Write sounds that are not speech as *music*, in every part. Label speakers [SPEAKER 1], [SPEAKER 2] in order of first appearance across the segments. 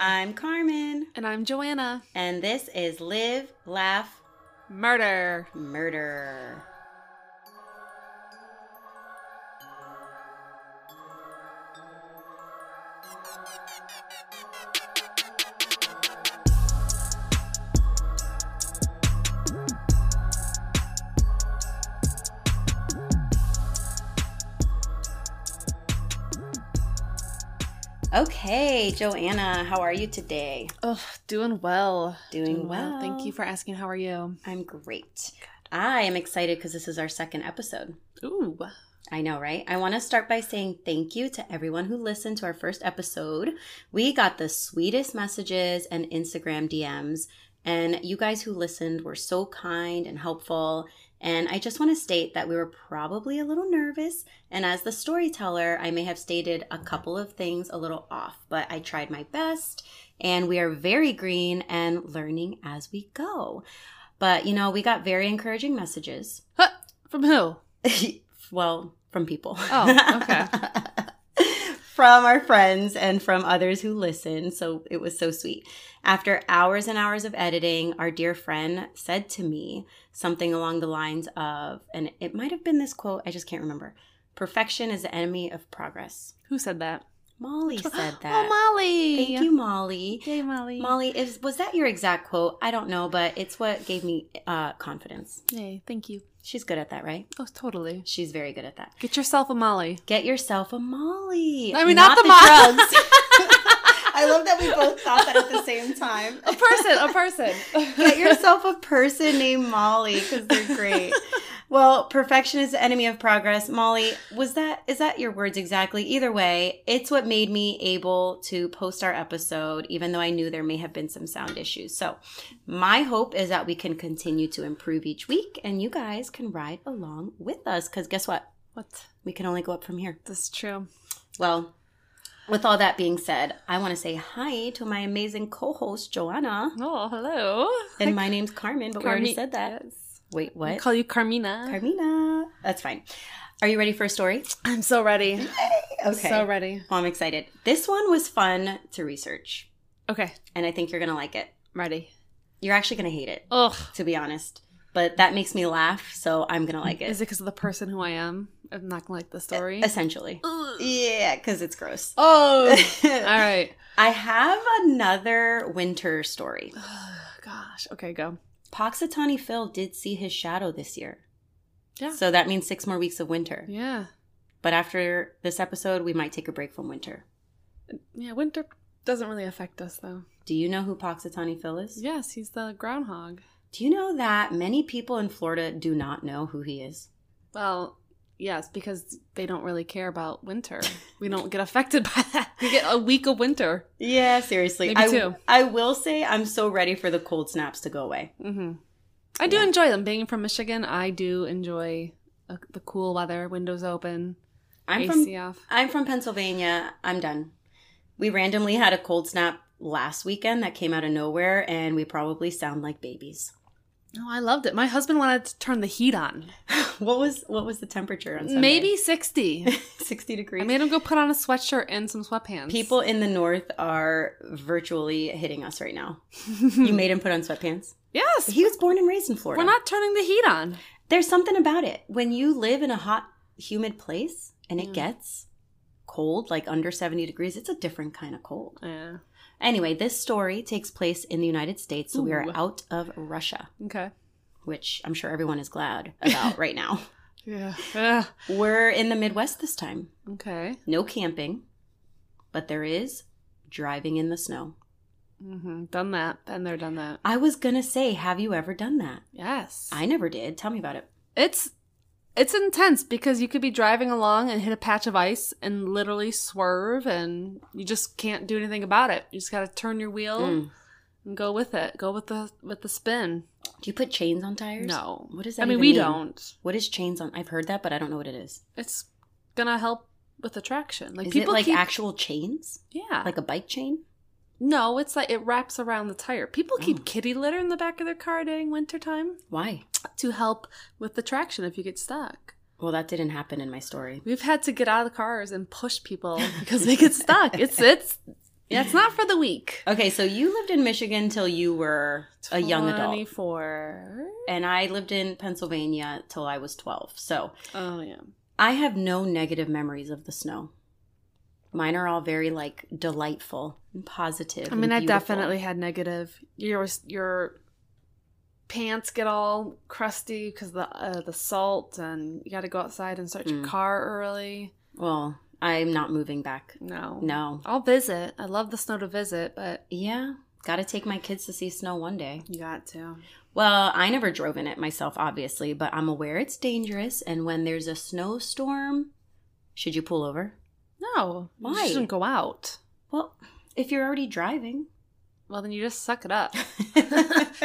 [SPEAKER 1] I'm Carmen,
[SPEAKER 2] And I'm Joanna.
[SPEAKER 1] and this is Live, Laugh,
[SPEAKER 2] Murder.
[SPEAKER 1] Murder. Okay, Joanna, how are you today?
[SPEAKER 2] Oh, doing well.
[SPEAKER 1] Doing well.
[SPEAKER 2] Thank you for asking. How are you?
[SPEAKER 1] I'm great. I am excited because this is our second episode.
[SPEAKER 2] Ooh.
[SPEAKER 1] I know, right? I want to start by saying thank you to everyone who listened to our first episode. We got the sweetest messages and Instagram DMs, and you guys who listened were so kind and helpful. And I just want to state that we were probably a little nervous, and as the storyteller, I may have stated a couple of things a little off, but I tried my best, and we are very green and learning as we go. But you know, we got very encouraging messages.
[SPEAKER 2] From who?
[SPEAKER 1] *laughs* well, from people.
[SPEAKER 2] Oh,
[SPEAKER 1] okay. *laughs* from our friends and from others who listened. So it was so sweet. After hours and hours of editing, our dear friend said to me something along the lines of, and it might have been this quote, I just can't remember perfection is the enemy of progress.
[SPEAKER 2] Who said that?
[SPEAKER 1] Molly said
[SPEAKER 2] *laughs* Oh,
[SPEAKER 1] that.
[SPEAKER 2] Molly.
[SPEAKER 1] Thank you, Molly.
[SPEAKER 2] Yay, Molly.
[SPEAKER 1] Molly, is, was that your exact quote? I don't know, but it's what gave me uh, confidence.
[SPEAKER 2] Yay, thank you.
[SPEAKER 1] She's good at that, right?
[SPEAKER 2] Oh, totally.
[SPEAKER 1] She's very good at that.
[SPEAKER 2] Get yourself a Molly.
[SPEAKER 1] Get yourself a Molly.
[SPEAKER 2] I mean, not the Mo-
[SPEAKER 1] *laughs* I love that we both thought that at the same time.
[SPEAKER 2] *laughs* A person, a person.
[SPEAKER 1] *laughs*
[SPEAKER 2] *laughs*
[SPEAKER 1] Get yourself a person named Molly because they're great. Well, perfection is the enemy of progress. Molly, was that is that your words exactly? Either way, it's what made me able to post our episode, even though I knew there may have been some sound issues. So, my hope is that we can continue to improve each week, and you guys can ride along with us. Because guess what?
[SPEAKER 2] what?
[SPEAKER 1] We can only go up from here.
[SPEAKER 2] That's true.
[SPEAKER 1] Well, with all that being said, I want to say hi to my amazing co host, Joanna.
[SPEAKER 2] Oh, hello.
[SPEAKER 1] And my name's Carmen, but we already
[SPEAKER 2] Carmi-
[SPEAKER 1] said that.
[SPEAKER 2] Yes.
[SPEAKER 1] Wait,
[SPEAKER 2] I
[SPEAKER 1] what?
[SPEAKER 2] call you Carmina.
[SPEAKER 1] Carmina. That's fine. Are you ready for a story?
[SPEAKER 2] I'm so ready.
[SPEAKER 1] Okay.
[SPEAKER 2] So ready.
[SPEAKER 1] Well, I'm excited. This one was fun to research,
[SPEAKER 2] Okay.
[SPEAKER 1] and I think you're going to like it.
[SPEAKER 2] Ready.
[SPEAKER 1] You're actually going to hate it,
[SPEAKER 2] Ugh.
[SPEAKER 1] to be honest. But that makes me laugh, so I'm going to like
[SPEAKER 2] Is
[SPEAKER 1] it.
[SPEAKER 2] it because of the person who I am? I'm not gonna like the story.
[SPEAKER 1] Essentially.
[SPEAKER 2] Ugh.
[SPEAKER 1] Yeah, because it's gross. *laughs*
[SPEAKER 2] *laughs* Oh. All right.
[SPEAKER 1] I have another winter story.
[SPEAKER 2] *sighs* Gosh. Okay, go.
[SPEAKER 1] Poxitani Phil did see his shadow this year.
[SPEAKER 2] Yeah.
[SPEAKER 1] So that means six more weeks of winter.
[SPEAKER 2] Yeah.
[SPEAKER 1] But after this episode, we might take a break from winter.
[SPEAKER 2] Yeah, winter doesn't really affect us though.
[SPEAKER 1] Do you know who Poxitani Phil is?
[SPEAKER 2] Yes, he's the groundhog.
[SPEAKER 1] Do you know that many people in Florida do not know who he is?
[SPEAKER 2] Well, yes, because they don't really care about *laughs* winter. We don't get affected by that. We get a week of winter.
[SPEAKER 1] Yeah, seriously.
[SPEAKER 2] Maybe
[SPEAKER 1] I,
[SPEAKER 2] two.
[SPEAKER 1] I will say I'm so ready for the cold snaps to go away.
[SPEAKER 2] Mm-hmm. I do
[SPEAKER 1] Yeah.
[SPEAKER 2] enjoy them. Being from Michigan, I do enjoy uh, the cool weather, windows open,
[SPEAKER 1] I'm
[SPEAKER 2] AC
[SPEAKER 1] from
[SPEAKER 2] off.
[SPEAKER 1] I'm from Pennsylvania. I'm done. We randomly had a cold snap last weekend that came out of nowhere and we probably sound like babies. *laughs*
[SPEAKER 2] No, Oh, I loved it. My husband wanted to turn the heat on.
[SPEAKER 1] What was what was the temperature on Sunday?
[SPEAKER 2] Maybe 60.
[SPEAKER 1] *laughs* 60 degrees.
[SPEAKER 2] I made him go put on a sweatshirt and some sweatpants.
[SPEAKER 1] People in the north are virtually hitting us right now. You
[SPEAKER 2] *laughs* you
[SPEAKER 1] made him put on sweatpants.
[SPEAKER 2] yes.
[SPEAKER 1] Hmm. He was born and raised in Florida.
[SPEAKER 2] We're not turning the heat on.
[SPEAKER 1] There's something about it. When you live in a hot, humid place and it
[SPEAKER 2] Yeah.
[SPEAKER 1] gets cold, like under 70 degrees, it's a different kind of cold.
[SPEAKER 2] Yeah.
[SPEAKER 1] Anyway, this story takes place in the United States, so we are
[SPEAKER 2] Ooh.
[SPEAKER 1] out of Russia,
[SPEAKER 2] Okay.
[SPEAKER 1] which I'm sure everyone is glad *laughs* about right now.
[SPEAKER 2] Yeah.
[SPEAKER 1] We're in the Midwest this time.
[SPEAKER 2] Okay.
[SPEAKER 1] No camping, but there is driving in the snow.
[SPEAKER 2] Mm-hmm. Done that. Been there, done that.
[SPEAKER 1] I was gonna say, have you ever done that?
[SPEAKER 2] Yes.
[SPEAKER 1] I never did. Tell me about it.
[SPEAKER 2] it's it's intense because you could be driving along and hit a patch of ice and literally swerve and you just can't do anything about it. You just gotta turn your wheel
[SPEAKER 1] Mm.
[SPEAKER 2] and go with it. Go with the with the spin.
[SPEAKER 1] Do you put chains on tires?
[SPEAKER 2] No.
[SPEAKER 1] What does that
[SPEAKER 2] I mean
[SPEAKER 1] even
[SPEAKER 2] we
[SPEAKER 1] mean?
[SPEAKER 2] don't.
[SPEAKER 1] What is chains on? I've heard that, but I don't know what it is.
[SPEAKER 2] It's gonna help with the traction. Like
[SPEAKER 1] is
[SPEAKER 2] people
[SPEAKER 1] it like
[SPEAKER 2] keep,
[SPEAKER 1] actual chains,
[SPEAKER 2] Yeah.
[SPEAKER 1] like a bike chain?
[SPEAKER 2] no, it's like it wraps around the tire. People keep
[SPEAKER 1] Oh.
[SPEAKER 2] kitty litter in the back of their car during wintertime
[SPEAKER 1] Why?
[SPEAKER 2] to help with the traction if you get stuck.
[SPEAKER 1] Well, that didn't happen in my story. *laughs*
[SPEAKER 2] We've had to get out of the cars and push people because they get stuck. It's it's Yeah, it's not for the weak.
[SPEAKER 1] Okay, so you lived in Michigan till you were a young adult,
[SPEAKER 2] 24.
[SPEAKER 1] and I lived in Pennsylvania till I was 12. So
[SPEAKER 2] Oh, yeah.
[SPEAKER 1] I have no negative memories of the snow. Mine are all very like delightful and positive.
[SPEAKER 2] I mean,
[SPEAKER 1] and
[SPEAKER 2] I
[SPEAKER 1] beautiful.
[SPEAKER 2] definitely had negative. Your your pants get all crusty because the uh, the salt, and you got to go outside and start your
[SPEAKER 1] Mm.
[SPEAKER 2] car early.
[SPEAKER 1] Well, I'm not moving back.
[SPEAKER 2] No,
[SPEAKER 1] No.
[SPEAKER 2] I'll visit. I love the snow to visit, but
[SPEAKER 1] Yeah, gotta take my kids to see snow one day.
[SPEAKER 2] you got to.
[SPEAKER 1] Well, I never drove in it myself, obviously, but I'm aware it's dangerous. And when there's a snowstorm, should you pull over?
[SPEAKER 2] No,
[SPEAKER 1] Why?
[SPEAKER 2] you shouldn't go out.
[SPEAKER 1] Well, if you're already *laughs* driving,
[SPEAKER 2] Well, then you just suck it up.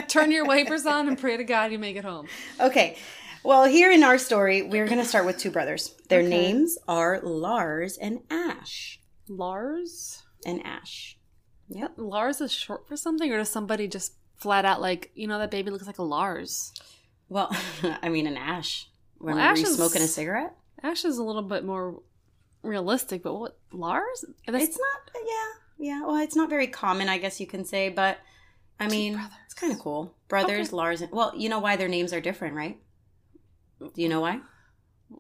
[SPEAKER 2] *laughs* Turn your wipers on and pray to God you make it home.
[SPEAKER 1] Okay. Well, here in our story, we're going to start with two brothers. Their
[SPEAKER 2] Okay.
[SPEAKER 1] names are Lars and Ash.
[SPEAKER 2] Lars.
[SPEAKER 1] And Ash. Yep.
[SPEAKER 2] Lars is short for something, or does somebody just flat out like you know that baby looks like a Lars?
[SPEAKER 1] Well, *laughs* I mean, an Ash. When
[SPEAKER 2] Well,
[SPEAKER 1] were
[SPEAKER 2] Ash
[SPEAKER 1] you
[SPEAKER 2] is-
[SPEAKER 1] smoking a cigarette?
[SPEAKER 2] Ash is a little bit more realistic, but what Lars? That's
[SPEAKER 1] It's not. Yeah. Yeah. Well, it's not very common, I guess you can say, but I mean,
[SPEAKER 2] brothers.
[SPEAKER 1] it's kind of cool. Brothers,
[SPEAKER 2] Okay.
[SPEAKER 1] Lars, and. Well, you know why their names are different, right? Do you know why?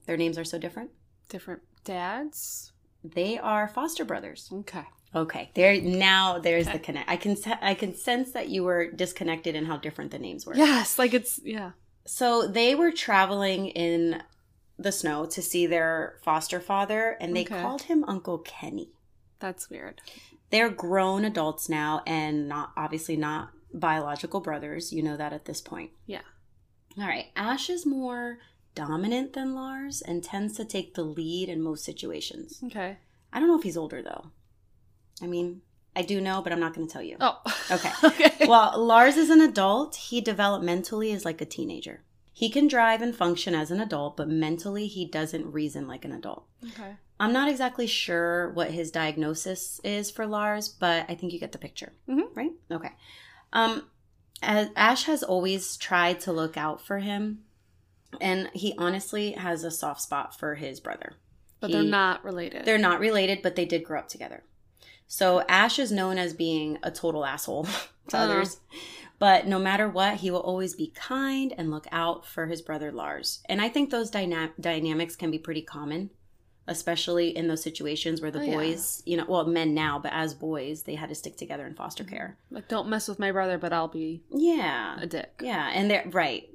[SPEAKER 1] Their names are so different?
[SPEAKER 2] different dads.
[SPEAKER 1] They are foster brothers.
[SPEAKER 2] Okay.
[SPEAKER 1] Okay, there now. There's the connect. I can se- I can sense that you were disconnected and how different the names were.
[SPEAKER 2] Yes, like it's yeah.
[SPEAKER 1] So they were traveling in the snow to see their foster father, and they
[SPEAKER 2] Okay.
[SPEAKER 1] called him Uncle Kenny.
[SPEAKER 2] That's weird.
[SPEAKER 1] They're grown adults now, and not obviously not biological brothers. You know that at this point.
[SPEAKER 2] Yeah.
[SPEAKER 1] All right. Ash is more dominant than Lars and tends to take the lead in most situations.
[SPEAKER 2] Okay.
[SPEAKER 1] I don't know if he's older though. I mean, I do know, but I'm not going to tell you.
[SPEAKER 2] Oh. *laughs*
[SPEAKER 1] Okay.
[SPEAKER 2] okay.
[SPEAKER 1] While Lars is an adult, he developmentally is like a teenager. He can drive and function as an adult, but mentally he doesn't reason like an adult.
[SPEAKER 2] okay.
[SPEAKER 1] I'm not exactly sure what his diagnosis is for Lars, but I think you get the picture,
[SPEAKER 2] Mhm.
[SPEAKER 1] right? Okay. Um, as Ash has always tried to look out for him, and he honestly has a soft spot for his brother.
[SPEAKER 2] But they're
[SPEAKER 1] He-
[SPEAKER 2] not related.
[SPEAKER 1] They're not related, but they did grow up together. So Ash is known as being a total asshole *laughs* to
[SPEAKER 2] Oh.
[SPEAKER 1] others. But no matter what, he will always be kind and look out for his brother Lars. And I think those dyna- dynamics can be pretty common, especially in those situations where the
[SPEAKER 2] Oh, yeah.
[SPEAKER 1] boys, you know, well, men now, but as boys, they had to stick together in foster care.
[SPEAKER 2] like don't mess with my brother, but I'll be
[SPEAKER 1] Yeah.
[SPEAKER 2] a dick.
[SPEAKER 1] Yeah, and they're right.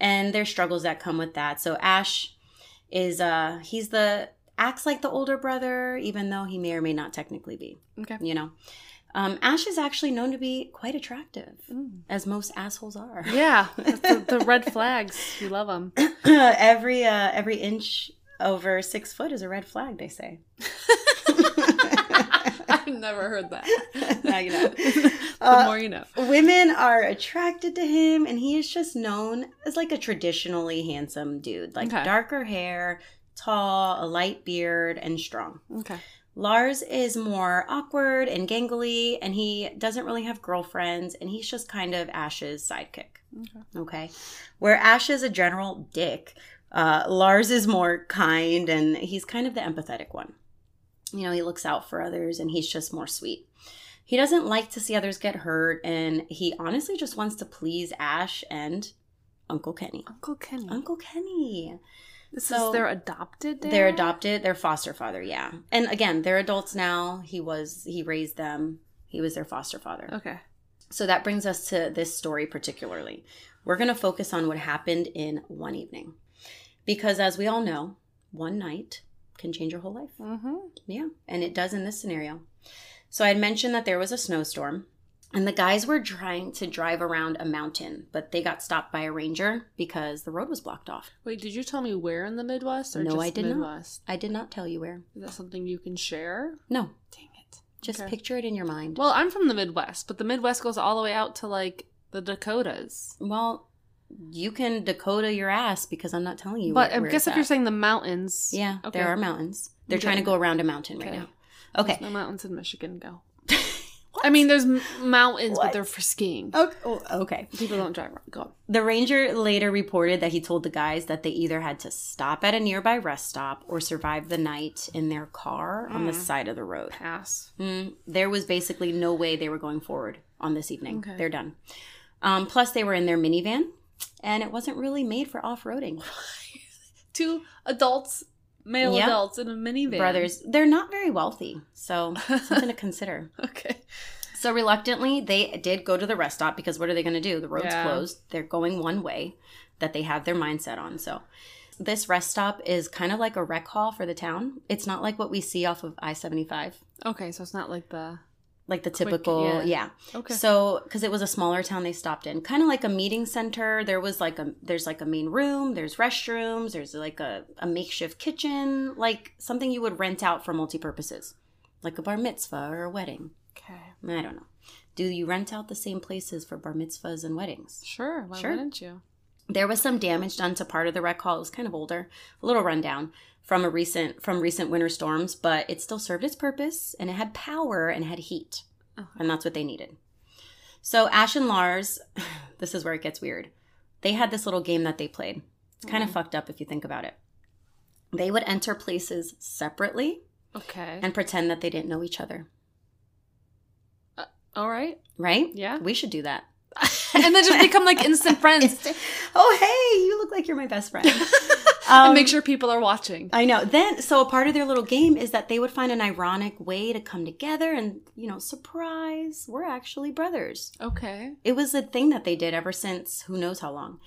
[SPEAKER 1] And there's struggles that come with that. So Ash is uh he's the acts like the older brother, even though he may or may not technically be,
[SPEAKER 2] Okay.
[SPEAKER 1] you know. Um, Ash is actually known to be quite attractive,
[SPEAKER 2] Mm.
[SPEAKER 1] as most assholes are.
[SPEAKER 2] *laughs* Yeah. That's the, the red flags. You love them.
[SPEAKER 1] *laughs* every uh, every inch over six foot is a red flag, they say. *laughs*
[SPEAKER 2] *laughs* I've never heard that.
[SPEAKER 1] Now you know.
[SPEAKER 2] *laughs* the
[SPEAKER 1] Uh,
[SPEAKER 2] more you know.
[SPEAKER 1] Women are attracted to him, and he is just known as like a traditionally handsome dude, like
[SPEAKER 2] Okay.
[SPEAKER 1] darker hair, tall, a light beard, and strong.
[SPEAKER 2] Okay.
[SPEAKER 1] Lars is more awkward and gangly, and he doesn't really have girlfriends, and he's just kind of Ash's sidekick.
[SPEAKER 2] Okay.
[SPEAKER 1] Okay. Where Ash is a general dick, uh, Lars is more kind and he's kind of the empathetic one. You know, he looks out for others and he's just more sweet. He doesn't like to see others get hurt and he honestly just wants to please Ash and Uncle Kenny.
[SPEAKER 2] Uncle Kenny.
[SPEAKER 1] Uncle Kenny.
[SPEAKER 2] This
[SPEAKER 1] So-
[SPEAKER 2] is their adopted dad?
[SPEAKER 1] They're adopted, their foster father, yeah. And again, they're adults now. He was, he raised them, he was their foster father.
[SPEAKER 2] Okay.
[SPEAKER 1] So that brings us to this story particularly. We're going to focus on what happened in one evening. Because as we all know, one night can change your whole life.
[SPEAKER 2] Mm-hmm.
[SPEAKER 1] Yeah, and it does in this scenario. So I had mentioned that there was a snowstorm, and the guys were trying to drive around a mountain, but they got stopped by a ranger because the road was blocked off.
[SPEAKER 2] Wait, did you tell me where in the Midwest or
[SPEAKER 1] No,
[SPEAKER 2] just
[SPEAKER 1] I did not.
[SPEAKER 2] Midwest?
[SPEAKER 1] I did not tell you where.
[SPEAKER 2] Is that something you can share?
[SPEAKER 1] No,
[SPEAKER 2] Dang it.
[SPEAKER 1] just
[SPEAKER 2] Okay.
[SPEAKER 1] picture it in your mind.
[SPEAKER 2] Well, I'm from the Midwest, but the Midwest goes all the way out to like the Dakotas.
[SPEAKER 1] Well, you can Dakota your ass because I'm not telling you.
[SPEAKER 2] but
[SPEAKER 1] where-
[SPEAKER 2] I
[SPEAKER 1] where
[SPEAKER 2] guess
[SPEAKER 1] it's
[SPEAKER 2] if you're
[SPEAKER 1] at.
[SPEAKER 2] saying the mountains,
[SPEAKER 1] Yeah,
[SPEAKER 2] Okay.
[SPEAKER 1] there are mountains. They're
[SPEAKER 2] Okay.
[SPEAKER 1] trying to go around a mountain right
[SPEAKER 2] Okay.
[SPEAKER 1] now. Okay. *laughs*
[SPEAKER 2] the mountains in Michigan go. I mean, there's m- mountains,
[SPEAKER 1] What?
[SPEAKER 2] but they're for skiing.
[SPEAKER 1] Okay. oh, okay.
[SPEAKER 2] People don't drive around. God.
[SPEAKER 1] The ranger later reported that he told the guys that they either had to stop at a nearby rest stop or survive the night in their car on
[SPEAKER 2] Hmm.
[SPEAKER 1] the side of the road.
[SPEAKER 2] Pass.
[SPEAKER 1] Mm, there was basically no way they were going forward on this evening.
[SPEAKER 2] Okay.
[SPEAKER 1] They're done. Um, plus, they were in their minivan, and it wasn't really made for off roading.
[SPEAKER 2] Two adults, male
[SPEAKER 1] Yeah.
[SPEAKER 2] adults in a minivan.
[SPEAKER 1] Brothers, they're not very wealthy, so something to consider.
[SPEAKER 2] *laughs* Okay.
[SPEAKER 1] So reluctantly, they did go to the rest stop because what are they going to do? The road's
[SPEAKER 2] Yeah.
[SPEAKER 1] closed. They're going one way that they have their mindset on. So this rest stop is kind of like a rec hall for the town. It's not like what we see off of I 75,
[SPEAKER 2] Okay, so it's not like the.
[SPEAKER 1] like the typical,
[SPEAKER 2] yeah.
[SPEAKER 1] yeah.
[SPEAKER 2] Okay.
[SPEAKER 1] So, because it was a smaller town, they stopped in, kind of like a meeting center. There was like a there's like a main room, there's restrooms, there's like a, a makeshift kitchen, like something you would rent out for multi purposes, like a bar mitzvah or a wedding.
[SPEAKER 2] okay.
[SPEAKER 1] I don't know. Do you rent out the same places for bar mitzvahs and weddings?
[SPEAKER 2] Sure. Why
[SPEAKER 1] Sure.
[SPEAKER 2] wouldn't you?
[SPEAKER 1] There was some damage done to part of the wreck hall. It was kind of older, a little rundown from a recent from recent winter storms, but it still served its purpose and it had power and had heat.
[SPEAKER 2] Uh-huh.
[SPEAKER 1] And that's what they needed. So Ash and Lars, *sighs* this is where it gets weird. They had this little game that they played. It's kind
[SPEAKER 2] Mm-hmm.
[SPEAKER 1] of fucked up if you think about it. They would enter places separately
[SPEAKER 2] Okay.
[SPEAKER 1] and pretend that they didn't know each other,
[SPEAKER 2] All
[SPEAKER 1] *laughs*
[SPEAKER 2] right.
[SPEAKER 1] right?
[SPEAKER 2] Yeah.
[SPEAKER 1] We should do that.
[SPEAKER 2] and then just become like instant friends
[SPEAKER 1] Oh, hey, you look like you're my best friend.
[SPEAKER 2] *laughs* and
[SPEAKER 1] Um,
[SPEAKER 2] make sure people are watching.
[SPEAKER 1] I know. Then, so a part of their little game is that they would find an ironic way to come together and, you know, surprise, we're actually brothers.
[SPEAKER 2] Okay.
[SPEAKER 1] It was a thing that they did ever since who knows how long.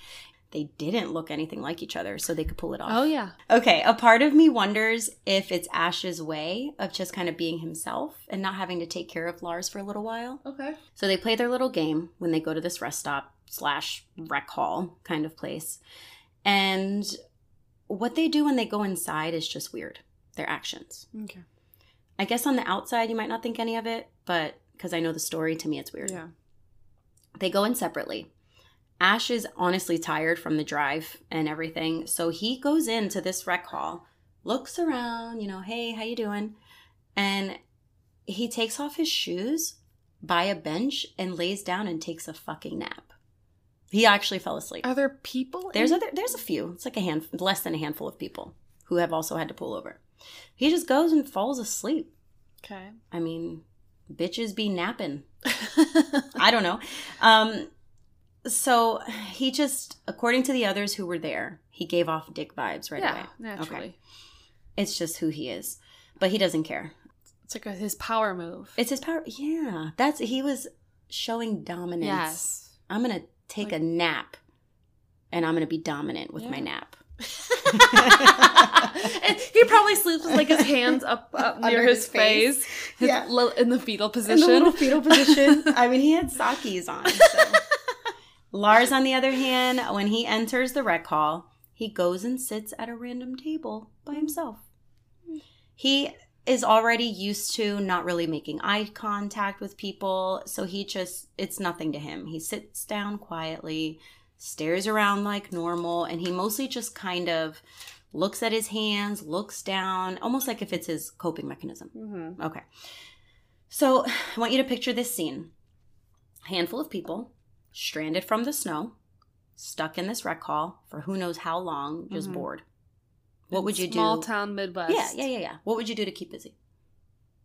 [SPEAKER 1] They didn't look anything like each other, so they could pull it off.
[SPEAKER 2] Oh yeah.
[SPEAKER 1] Okay, a part of me wonders if it's Ash's way of just kind of being himself and not having to take care of Lars for a little while.
[SPEAKER 2] Okay.
[SPEAKER 1] So they play their little game when they go to this rest stop slash rec hall kind of place. And what they do when they go inside is just weird, their actions.
[SPEAKER 2] Okay.
[SPEAKER 1] I guess on the outside, you might not think any of it, but because I know the story, to me, it's weird.
[SPEAKER 2] Yeah.
[SPEAKER 1] They go in separately. Ash is honestly tired from the drive and everything, so he goes into this rec hall, looks around, you know, hey, how you doing? And he takes off his shoes by a bench and lays down and takes a fucking nap. He actually fell asleep.
[SPEAKER 2] Are there people?
[SPEAKER 1] There's
[SPEAKER 2] in-
[SPEAKER 1] other there's a few. It's like a hand less than a handful of people who have also had to pull over. He just goes and falls asleep. *laughs*
[SPEAKER 2] okay.
[SPEAKER 1] I mean, bitches be napping. I don't know. Um, so he just, according to the others who were there, he gave off dick vibes right
[SPEAKER 2] yeah,
[SPEAKER 1] away.
[SPEAKER 2] naturally.
[SPEAKER 1] It's just who he is, but he doesn't care.
[SPEAKER 2] It's like a, his power move.
[SPEAKER 1] It's his power. Yeah, that's he was showing dominance.
[SPEAKER 2] yes.
[SPEAKER 1] I'm gonna take a nap, and I'm gonna be dominant with my
[SPEAKER 2] Yeah.
[SPEAKER 1] nap.
[SPEAKER 2] *laughs* *laughs* And he probably sleeps with like his hands up,
[SPEAKER 1] *laughs*
[SPEAKER 2] up
[SPEAKER 1] Under
[SPEAKER 2] near his,
[SPEAKER 1] his face.
[SPEAKER 2] face, his
[SPEAKER 1] Yeah.
[SPEAKER 2] lo- in the fetal
[SPEAKER 1] in the
[SPEAKER 2] position.
[SPEAKER 1] little fetal position. I mean, he had sakis on. So. Lars, on the other hand, when he enters the rec hall, he goes and sits at a random table by himself. He is already used to not really making eye contact with people, so he just, it's nothing to him. He sits down quietly, stares around like normal, and he mostly just kind of looks at his hands, looks down, almost like if it's his coping mechanism.
[SPEAKER 2] mm-hmm.
[SPEAKER 1] Okay. So I want you to picture this scene handful of people stranded from the snow, stuck in this rec hall for who knows how long, just
[SPEAKER 2] Mhm.
[SPEAKER 1] bored. What would you do?
[SPEAKER 2] Small town Midwest.
[SPEAKER 1] Yeah, yeah, yeah, yeah. What would you do to keep busy?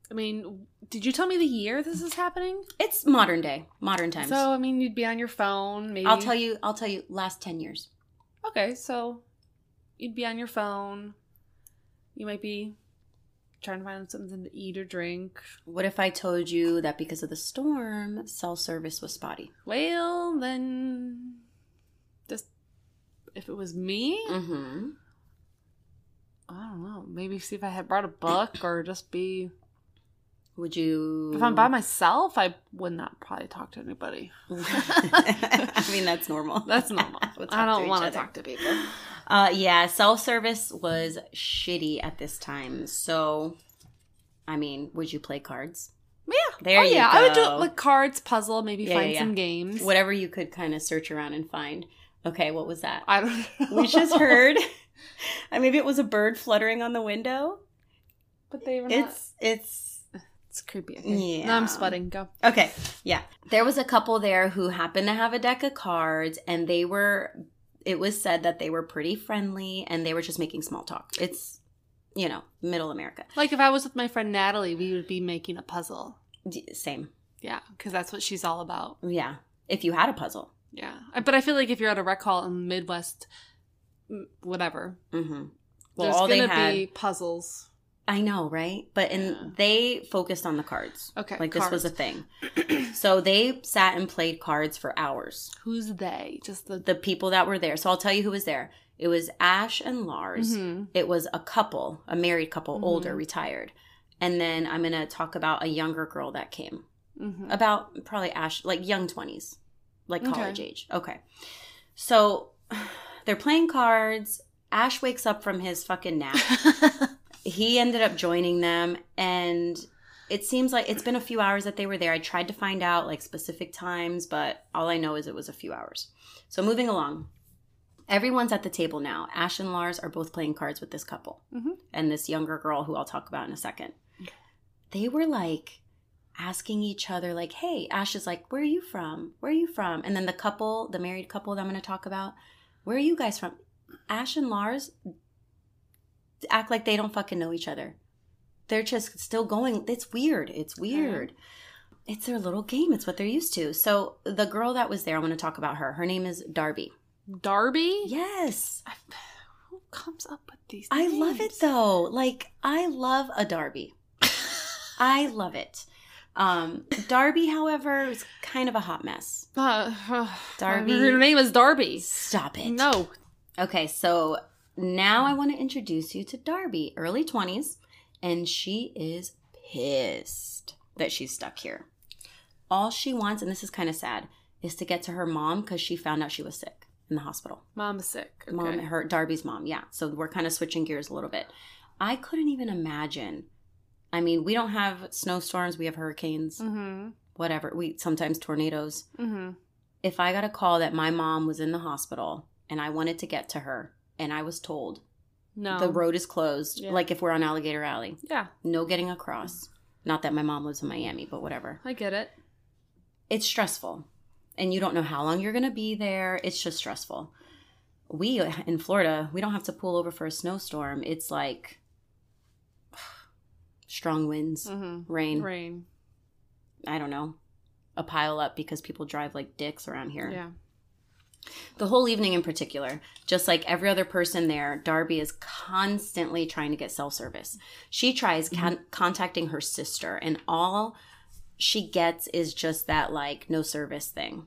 [SPEAKER 2] I mean, did you tell me the year this is happening?
[SPEAKER 1] It's modern day, modern times.
[SPEAKER 2] So I mean, you'd be on your phone. Maybe
[SPEAKER 1] I'll tell you, I'll tell you, last 10 years.
[SPEAKER 2] Okay, so you'd be on your phone. You might be trying to find something to eat or drink.
[SPEAKER 1] What if I told you that because of the storm, cell service was spotty?
[SPEAKER 2] Well, then, just if it was me,
[SPEAKER 1] Mm-hmm.
[SPEAKER 2] I don't know. Maybe see if I had brought a book or just be.
[SPEAKER 1] Would you?
[SPEAKER 2] If
[SPEAKER 1] *laughs*
[SPEAKER 2] I'm by myself, I would not probably talk to anybody.
[SPEAKER 1] I mean, that's normal.
[SPEAKER 2] *laughs* That's normal.
[SPEAKER 1] We'll talk
[SPEAKER 2] I
[SPEAKER 1] to
[SPEAKER 2] don't
[SPEAKER 1] each
[SPEAKER 2] want to
[SPEAKER 1] other.
[SPEAKER 2] talk to people.
[SPEAKER 1] Uh, yeah, self service was shitty at this time. So, I mean, would you play cards?
[SPEAKER 2] Yeah.
[SPEAKER 1] There
[SPEAKER 2] oh
[SPEAKER 1] you
[SPEAKER 2] yeah, I would do
[SPEAKER 1] go.
[SPEAKER 2] like cards, puzzle, maybe
[SPEAKER 1] Yeah,
[SPEAKER 2] find
[SPEAKER 1] yeah,
[SPEAKER 2] some games.
[SPEAKER 1] Whatever you could kind of search around and find. Okay, what was that?
[SPEAKER 2] I don't. *laughs* know.
[SPEAKER 1] We just heard. *laughs* uh, Maybe it was a bird fluttering on the window.
[SPEAKER 2] but they were not.
[SPEAKER 1] It's it's
[SPEAKER 2] It's creepy. I think.
[SPEAKER 1] Yeah.
[SPEAKER 2] Now I'm sweating. Go.
[SPEAKER 1] Okay, yeah. There was a couple there who happened to have a deck of cards, and they were, it was said that they were pretty friendly and they were just making small talk. It's, you know, middle America.
[SPEAKER 2] Like if I was with my friend Natalie, we would be making a puzzle.
[SPEAKER 1] D- same.
[SPEAKER 2] Yeah, because that's what she's all about.
[SPEAKER 1] Yeah. If you had a puzzle.
[SPEAKER 2] Yeah, I- but I feel like if you're at a rec hall in the Midwest, m- whatever,
[SPEAKER 1] Mm-hmm. Well,
[SPEAKER 2] there's
[SPEAKER 1] all they
[SPEAKER 2] gonna
[SPEAKER 1] had.
[SPEAKER 2] be puzzles.
[SPEAKER 1] I know, right? But and
[SPEAKER 2] Yeah.
[SPEAKER 1] they focused on the cards.
[SPEAKER 2] Okay,
[SPEAKER 1] Like this was a
[SPEAKER 2] cards.
[SPEAKER 1] thing. *clears throat* so they sat and played cards for hours.
[SPEAKER 2] who's they? Just the,
[SPEAKER 1] The people that were there. So I'll tell you who was there. It was Ash and Lars.
[SPEAKER 2] Mhm.
[SPEAKER 1] It was a couple, a married couple,
[SPEAKER 2] Mhm.
[SPEAKER 1] older, retired. And then I'm going to talk about a younger girl that came.
[SPEAKER 2] Mhm.
[SPEAKER 1] About probably Ash, like young 20s, like
[SPEAKER 2] Okay.
[SPEAKER 1] college age. Okay. So *sighs* they're playing cards. Ash wakes up from his fucking nap
[SPEAKER 2] Mm-hmm.
[SPEAKER 1] *laughs* he ended up joining them and it seems like it's been a few hours that they were there. I tried to find out like specific times, but all I know is it was a few hours. So moving along. Everyone's at the table now. Ash and Lars are both playing cards with this couple
[SPEAKER 2] Mhm.
[SPEAKER 1] and this younger girl who I'll talk about in a second. They were like asking each other, like, hey, Ash is like, where are you from? Where are you from? And then the couple, the married couple that I'm going to talk about, where are you guys from? Ash and Lars act like they don't fucking know each other. They're just still going. It's weird. It's weird. It's their little game. It's what they're used to. So the girl that was there, I want to talk about her. Her name is Darby.
[SPEAKER 2] Darby.
[SPEAKER 1] Yes.
[SPEAKER 2] I- *sighs* Who comes up with these?
[SPEAKER 1] I love it
[SPEAKER 2] names?
[SPEAKER 1] though. Like I love a Darby. I love it. Um Darby, however, is kind of a hot mess.
[SPEAKER 2] Uh, uh,
[SPEAKER 1] Darby.
[SPEAKER 2] *sighs* Her name is Darby.
[SPEAKER 1] Stop it.
[SPEAKER 2] No.
[SPEAKER 1] Okay, so now I want to introduce you to Darby, early 20s, and she is pissed that she's stuck here. All she wants, and this is kind of sad, is to get to her mom because she found out she was sick in the hospital.
[SPEAKER 2] Mama's sick. Okay.
[SPEAKER 1] Mom, her Darby's mom, yeah. So we're kind of switching gears a little bit. I couldn't even imagine. I mean, we don't have snowstorms, we have hurricanes,
[SPEAKER 2] Mhm.
[SPEAKER 1] whatever. We sometimes tornadoes
[SPEAKER 2] Mhm.
[SPEAKER 1] if I got a call that my mom was in the hospital and I wanted to get to her and I was told
[SPEAKER 2] No.
[SPEAKER 1] the road is closed,
[SPEAKER 2] Yeah. Mm.
[SPEAKER 1] like if we're on Alligator Alley,
[SPEAKER 2] Yeah,
[SPEAKER 1] no getting across. Not that my mom lives in Miami, but whatever.
[SPEAKER 2] I get it.
[SPEAKER 1] It's stressful. And you don't know how long you're going to be there. It's just stressful. We in Florida, we don't have to pull over for a snowstorm. It's like *sighs* strong winds,
[SPEAKER 2] Mhm.
[SPEAKER 1] rain,
[SPEAKER 2] Rain.
[SPEAKER 1] I don't know, a pile up because people drive like dicks around here.
[SPEAKER 2] Yeah.
[SPEAKER 1] The whole evening in particular, just like every other person there, Darby is constantly trying to get self service. She tries con- contacting her sister, and all she gets is just that like no service thing.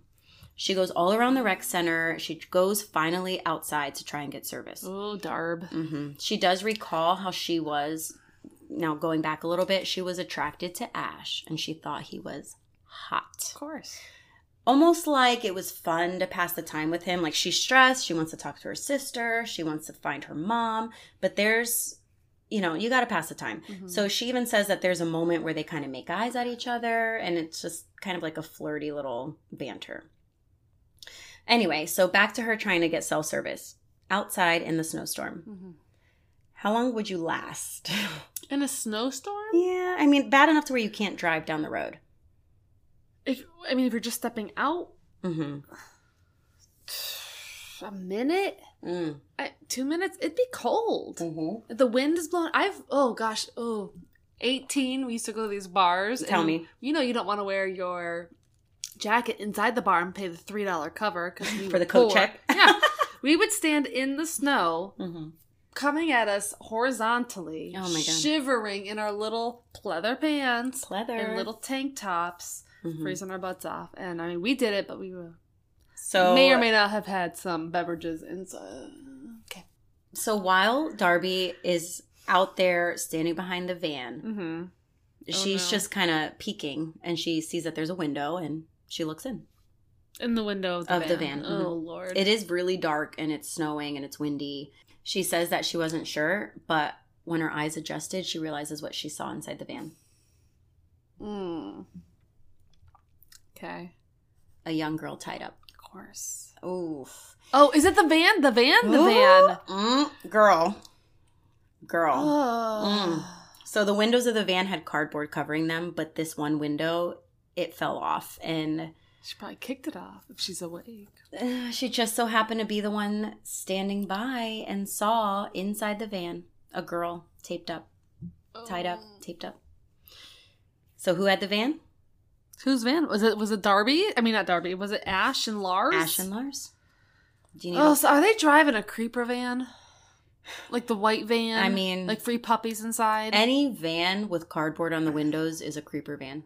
[SPEAKER 1] She goes all around the rec center. She goes finally outside to try and get service.
[SPEAKER 2] Oh, Darb.
[SPEAKER 1] hmm She does recall how she was. Now, going back a little bit, she was attracted to Ash and she thought he was hot
[SPEAKER 2] Of course.
[SPEAKER 1] almost like it was fun to pass the time with him. Like she's stressed, she wants to talk to her sister, she wants to find her mom, but there's you know, you got to pass the time.
[SPEAKER 2] Mm-hmm,
[SPEAKER 1] So she even says that there's a moment where they kind of make eyes at each other and it's just kind of like a flirty little banter. Anyway, so back to her trying to get self service outside in the snowstorm.
[SPEAKER 2] Mhm.
[SPEAKER 1] How long would you last? *laughs*
[SPEAKER 2] In a snowstorm?
[SPEAKER 1] yeah, I mean, bad enough to where you can't drive down the road.
[SPEAKER 2] If I mean, if you're just stepping
[SPEAKER 1] *sighs*
[SPEAKER 2] out,
[SPEAKER 1] Mm-hmm.
[SPEAKER 2] a minute,
[SPEAKER 1] Mm.
[SPEAKER 2] I, two minutes, it'd be cold.
[SPEAKER 1] Mm-hmm.
[SPEAKER 2] The wind is blowing. I've oh gosh, oh, 18, we used to go to these bars.
[SPEAKER 1] Tell
[SPEAKER 2] and
[SPEAKER 1] me.
[SPEAKER 2] You know you don't want to wear your jacket inside the bar and pay the three dollar cover because
[SPEAKER 1] *laughs*
[SPEAKER 2] we
[SPEAKER 1] For
[SPEAKER 2] were
[SPEAKER 1] the coat
[SPEAKER 2] poor.
[SPEAKER 1] check.
[SPEAKER 2] *laughs*
[SPEAKER 1] *laughs*
[SPEAKER 2] yeah, we would stand in the snow,
[SPEAKER 1] Mm-hmm.
[SPEAKER 2] coming at us horizontally.
[SPEAKER 1] Oh my God.
[SPEAKER 2] Shivering in our little pleather pants
[SPEAKER 1] Pleather.
[SPEAKER 2] and little tank tops,
[SPEAKER 1] Mhm.
[SPEAKER 2] freezing our butts off. And I mean, we did it, but we were
[SPEAKER 1] So uh,
[SPEAKER 2] may or may not have had some beverages inside. Okay.
[SPEAKER 1] So while Darby is out there standing behind the van,
[SPEAKER 2] Mm-hmm.
[SPEAKER 1] she's
[SPEAKER 2] no.
[SPEAKER 1] just kind of peeking and she sees that there's a window and she looks in.
[SPEAKER 2] In the window of the
[SPEAKER 1] Of
[SPEAKER 2] van.
[SPEAKER 1] the van, Mm-hmm.
[SPEAKER 2] Oh lord.
[SPEAKER 1] It is really dark and it's snowing and it's windy. She says that she wasn't sure, but when her eyes adjusted, she realizes what she saw inside the van.
[SPEAKER 2] Mm. Okay.
[SPEAKER 1] A young girl tied up.
[SPEAKER 2] Of course.
[SPEAKER 1] Oof.
[SPEAKER 2] Oh, is it the van? *gasps* The van? The
[SPEAKER 1] Ooh.
[SPEAKER 2] van.
[SPEAKER 1] Mm, girl. Girl.
[SPEAKER 2] Oh.
[SPEAKER 1] So the windows of the van had cardboard covering them, but this one window, it fell off. And
[SPEAKER 2] She probably kicked it off if she's awake.
[SPEAKER 1] uh, she just so happened to be the one standing by and saw inside the van a girl taped up, tied up,
[SPEAKER 2] Oh.
[SPEAKER 1] taped up. So who had the van?
[SPEAKER 2] Whose van was it? Was it Darby? I mean, not Darby. Was it Ash and Lars?
[SPEAKER 1] Ash and Lars. Do you need
[SPEAKER 2] Oh, so are they driving a creeper van? Like the white van?
[SPEAKER 1] I mean-
[SPEAKER 2] like free puppies inside.
[SPEAKER 1] any van with cardboard on the windows is a creeper van.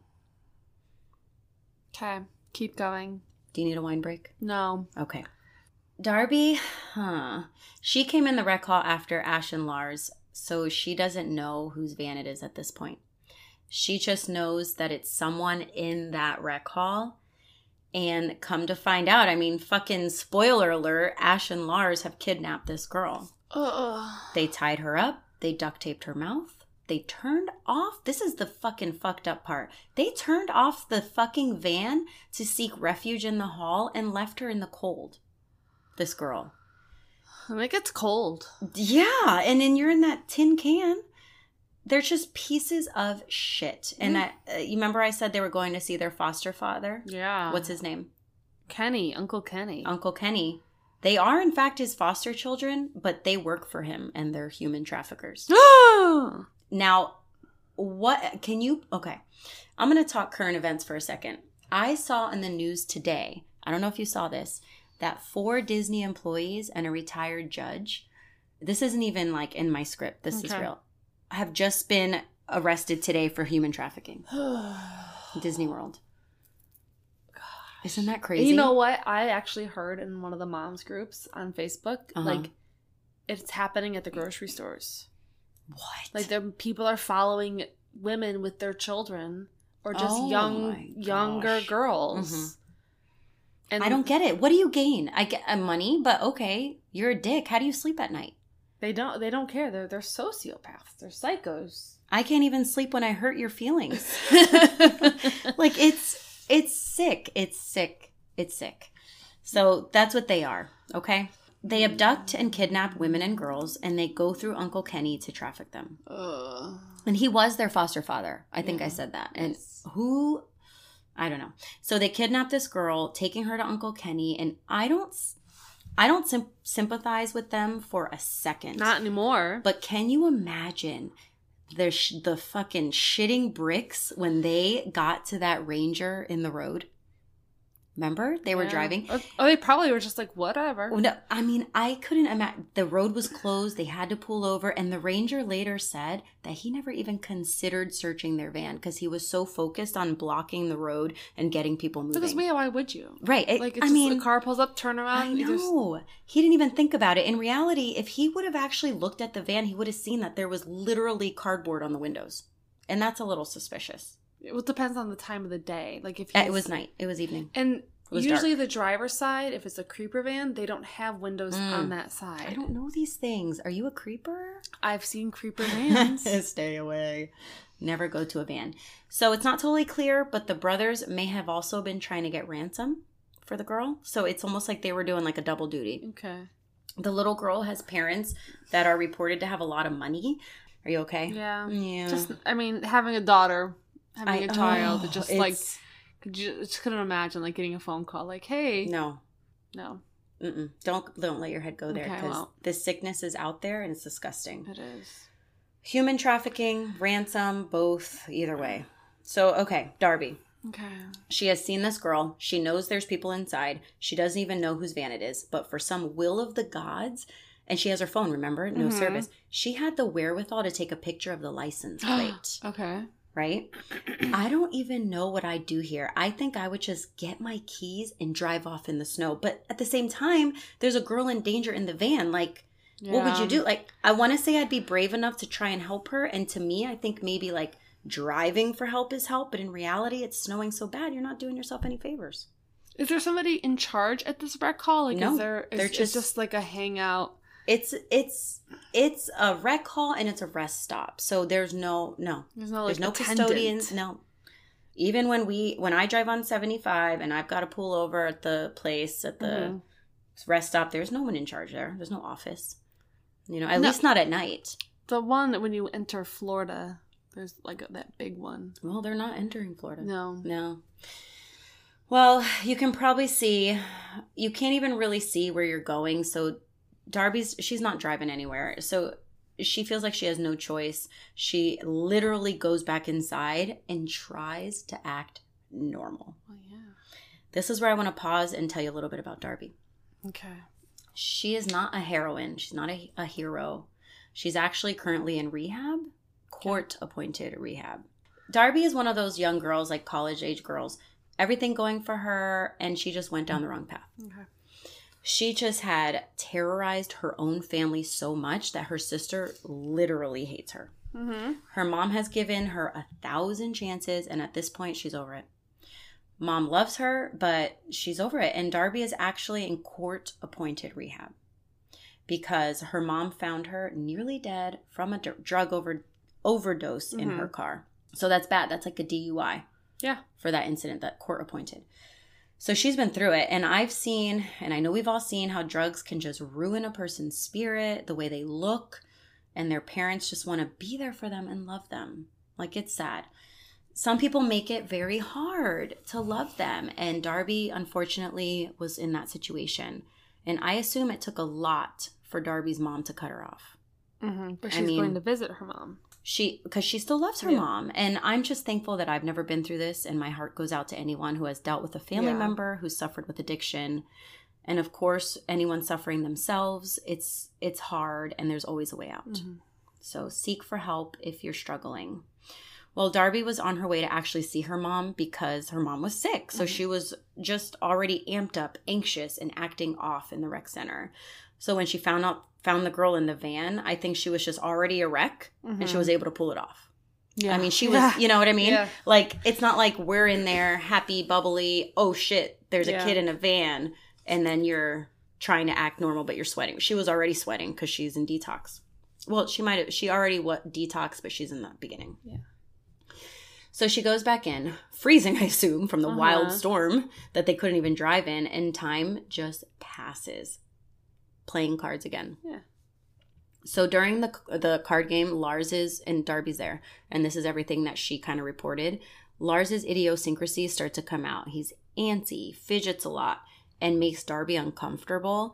[SPEAKER 2] okay, keep going.
[SPEAKER 1] Do you need a wine break?
[SPEAKER 2] No,
[SPEAKER 1] Okay. Darby, huh? She came in the rec hall after Ash and Lars, so she doesn't know whose van it is at this point. She just knows that it's someone in that rec hall. And come to find out, I mean, fucking spoiler alert, Ash and Lars have kidnapped this girl.
[SPEAKER 2] Ugh.
[SPEAKER 1] They tied her up, they duct taped her mouth, they turned off. This is the fucking fucked up part. They turned off the fucking van to seek refuge in the hall and left her in the cold. This girl.
[SPEAKER 2] And it gets cold.
[SPEAKER 1] Yeah, and then you're in that tin can. They're just pieces of shit. And I, uh, you remember I said they were going to see their foster father?
[SPEAKER 2] Yeah.
[SPEAKER 1] What's his name?
[SPEAKER 2] Kenny? Uncle Kenny.
[SPEAKER 1] Uncle Kenny. They are, in fact, his foster children, but they work for him and they're human traffickers. Now, what can you? Okay, I'm going to talk current events for a second. I saw in the news today, I don't know if you saw this, that four Disney employees and a retired judge, this isn't even like in my script, this is
[SPEAKER 2] Okay.
[SPEAKER 1] real, have just been arrested today for human trafficking.
[SPEAKER 2] *gasps* *sighs*
[SPEAKER 1] Disney World. Isn't that crazy?
[SPEAKER 2] You know what? I actually heard in one of the moms groups on Facebook,
[SPEAKER 1] Uh-huh.
[SPEAKER 2] like it's happening at the grocery stores.
[SPEAKER 1] what?
[SPEAKER 2] Like the people are following women with their children or just
[SPEAKER 1] Oh my
[SPEAKER 2] young younger
[SPEAKER 1] gosh.
[SPEAKER 2] girls.
[SPEAKER 1] Mhm.
[SPEAKER 2] And
[SPEAKER 1] I don't get it. What do you gain? I get uh, money, but okay, you're a dick. How do you sleep at night?
[SPEAKER 2] they don't they don't care. They're they're sociopaths. They're psychos.
[SPEAKER 1] I can't even sleep when I hurt your feelings. *laughs* like it's it's sick. It's sick. It's sick. So that's what they are, okay? They abduct and kidnap women and girls and they go through Uncle Kenny to traffic them.
[SPEAKER 2] *laughs* Ugh.
[SPEAKER 1] And he was their foster father. I think I
[SPEAKER 2] Yeah.
[SPEAKER 1] said that. And
[SPEAKER 2] Yes.
[SPEAKER 1] who I don't know. So they kidnap this girl, taking her to Uncle Kenny and I don't s- I don't sym sympathize with them for a second.
[SPEAKER 2] Not anymore.
[SPEAKER 1] But can you imagine the sh- the fucking shitting bricks when they got to that ranger in the road? Remember, they were
[SPEAKER 2] Yeah.
[SPEAKER 1] driving.
[SPEAKER 2] Or, or they probably were just like, whatever.
[SPEAKER 1] Oh, No, I mean, I couldn't imagine. The road was closed. They had to pull over. And the ranger later said that he never even considered searching their van because he was so focused on blocking the road and getting people moving.
[SPEAKER 2] Because yeah, why would you?
[SPEAKER 1] right. it-
[SPEAKER 2] Like it's
[SPEAKER 1] I
[SPEAKER 2] just
[SPEAKER 1] mean,
[SPEAKER 2] a car pulls up, turn around.
[SPEAKER 1] I
[SPEAKER 2] you just-
[SPEAKER 1] know. He didn't even think about it. In reality, if he would have actually looked at the van, he would have seen that there was literally cardboard on the windows. And that's a little suspicious.
[SPEAKER 2] It depends on the time of the day. Like if
[SPEAKER 1] Uh,
[SPEAKER 2] he's-
[SPEAKER 1] It was night. It was evening.
[SPEAKER 2] and
[SPEAKER 1] was
[SPEAKER 2] usually the driver's side, if it's a creeper van, they don't have windows
[SPEAKER 1] Mm.
[SPEAKER 2] on that side.
[SPEAKER 1] I don't know these things. Are you a
[SPEAKER 2] *laughs*
[SPEAKER 1] creeper?
[SPEAKER 2] I've
[SPEAKER 1] *laughs*
[SPEAKER 2] seen creeper vans.
[SPEAKER 1] Stay away. Never go to a van. So it's not totally clear, but the brothers may have also been trying to get ransom for the girl. So it's almost like they were doing like a double duty.
[SPEAKER 2] okay.
[SPEAKER 1] The little girl has parents that are reported to have a lot of money. Are you okay?
[SPEAKER 2] Yeah.
[SPEAKER 1] Yeah.
[SPEAKER 2] Just I mean, having a daughter, having a
[SPEAKER 1] I-
[SPEAKER 2] child,
[SPEAKER 1] *laughs* oh,
[SPEAKER 2] it just like
[SPEAKER 1] it's-
[SPEAKER 2] could you just couldn't imagine like getting a phone call like, hey, no,
[SPEAKER 1] no, mm-mm. don't don't let your head go there
[SPEAKER 2] Okay, I
[SPEAKER 1] because
[SPEAKER 2] won't.
[SPEAKER 1] this sickness is out there and it's disgusting.
[SPEAKER 2] it is.
[SPEAKER 1] Human trafficking, ransom, both, either way. So okay, Darby.
[SPEAKER 2] Okay.
[SPEAKER 1] She has seen this girl. She knows there's people inside. She doesn't even know whose van it is, but for some will of the gods, and she has her phone. Remember, no
[SPEAKER 2] Mhm.
[SPEAKER 1] service. She had the wherewithal to take a picture of the
[SPEAKER 2] *gasps*
[SPEAKER 1] license plate.
[SPEAKER 2] Okay.
[SPEAKER 1] right? I don't even know what I'd do here. I think I would just get my keys and drive off in the snow. But at the same time, there's a girl in danger in the van. Like, what would you
[SPEAKER 2] Yeah.
[SPEAKER 1] do? Like, I want to say I'd be brave enough to try and help her. And to me, I think maybe like driving for help is help. But in reality, it's snowing so bad, you're not doing yourself any favors.
[SPEAKER 2] Is there somebody in charge at this rec hall? Like,
[SPEAKER 1] No,
[SPEAKER 2] is there? Is,
[SPEAKER 1] they're
[SPEAKER 2] it
[SPEAKER 1] just-
[SPEAKER 2] just like a hangout.
[SPEAKER 1] It's it's it's a rec hall and it's a rest stop. So there's no no
[SPEAKER 2] There's no like
[SPEAKER 1] There's no
[SPEAKER 2] attendant.
[SPEAKER 1] custodians. No. Even when we when I drive on 75 and I've got to pull over at the place at the
[SPEAKER 2] Mhm.
[SPEAKER 1] rest stop, there's no one in charge there. There's no office. You know, at
[SPEAKER 2] No.
[SPEAKER 1] least not at night.
[SPEAKER 2] The one when you enter Florida, There's like that big one.
[SPEAKER 1] Well, they're not entering Florida.
[SPEAKER 2] No.
[SPEAKER 1] No. Well, you can probably see, you can't even really see where you're going. So, Darby's, she's not driving anywhere. So, she feels like she has no choice. She literally goes back inside and tries to act normal.
[SPEAKER 2] Well, yeah.
[SPEAKER 1] This is where I want to pause and tell you a little bit about Darby.
[SPEAKER 2] Okay.
[SPEAKER 1] She is not a heroine, she's not a, a hero. She's actually currently in rehab, court appointed rehab. Darby is one of those young girls, like college age girls, everything going for her, and she just went down the wrong path.
[SPEAKER 2] Okay.
[SPEAKER 1] She just had terrorized her own family so much that her sister literally hates her.
[SPEAKER 2] Mm-hmm.
[SPEAKER 1] Her mom has given her a thousand chances, and at this point, she's over it. Mom loves her, but she's over it. And Darby is actually in court appointed rehab because her mom found her nearly dead from a dr- drug over- overdose in
[SPEAKER 2] Mhm.
[SPEAKER 1] her car. So that's bad. That's like a DUI
[SPEAKER 2] Yeah.
[SPEAKER 1] for that incident that court appointed. So she's been through it, and I've seen, and I know we've all seen how drugs can just ruin a person's spirit, the way they look, and their parents just want to be there for them and love them. Like it's sad. Some people make it very hard to love them, and Darby unfortunately was in that situation. And I assume it took a lot for Darby's mom to cut her off
[SPEAKER 2] Mm-hmm. But
[SPEAKER 1] I
[SPEAKER 2] she's
[SPEAKER 1] mean-
[SPEAKER 2] going to visit her mom.
[SPEAKER 1] she because she still loves her
[SPEAKER 2] Yeah.
[SPEAKER 1] mom and i'm just thankful that i've never been through this and my heart goes out to anyone who has dealt with a family
[SPEAKER 2] Yeah.
[SPEAKER 1] member who suffered with addiction and of course anyone suffering themselves it's it's hard and there's always a way out
[SPEAKER 2] Mm-hmm.
[SPEAKER 1] so seek for help if you're struggling well darby was on her way to actually see her mom because her mom was sick so
[SPEAKER 2] Mhm.
[SPEAKER 1] she was just already amped up anxious and acting off in the rec center so when she found out found the girl in the van i think she was just already a wreck and she was able to pull it off.
[SPEAKER 2] Mm-hmm. Yeah.
[SPEAKER 1] I mean, she was, you know what I mean?
[SPEAKER 2] Yeah.
[SPEAKER 1] Like, it's not like we're in there happy, bubbly, oh shit, there's a
[SPEAKER 2] Yeah.
[SPEAKER 1] kid in a van, and then you're trying to act normal, but you're sweating. She was already sweating because she's in detox. Well, she might have, she already what detox, but she's in the beginning.
[SPEAKER 2] Yeah.
[SPEAKER 1] So she goes back in, freezing, *laughs* I assume, from the wild
[SPEAKER 2] Uh-huh.
[SPEAKER 1] storm that they couldn't even drive in, and time just passes. Playing cards again.
[SPEAKER 2] Yeah.
[SPEAKER 1] So during the the card game, Lars is and Darby's there, and this is everything that she kind of reported. Lars's idiosyncrasies start to come out. He's antsy, fidgets a lot, and makes Darby uncomfortable.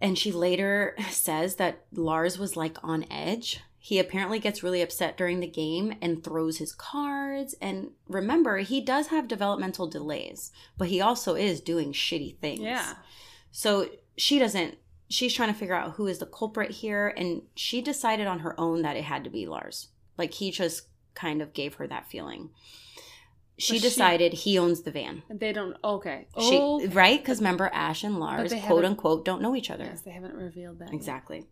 [SPEAKER 1] And she later *laughs* says that Lars was like on edge. He apparently gets really upset during the game and throws his cards. And remember, he does have developmental delays, but he also is doing shitty things.
[SPEAKER 2] Yeah.
[SPEAKER 1] So she doesn't, she's trying to figure out who is the culprit here. And she decided on her own that it had to be Lars. Like he just kind of gave her that feeling. She
[SPEAKER 2] But she-
[SPEAKER 1] decided he owns the van.
[SPEAKER 2] And they don't. Okay.
[SPEAKER 1] She,
[SPEAKER 2] Oh.
[SPEAKER 1] right? Because remember, Ash and Lars,
[SPEAKER 2] they
[SPEAKER 1] quote
[SPEAKER 2] haven't-
[SPEAKER 1] unquote, don't know each other.
[SPEAKER 2] Yes, they haven't revealed that. yet.
[SPEAKER 1] Exactly.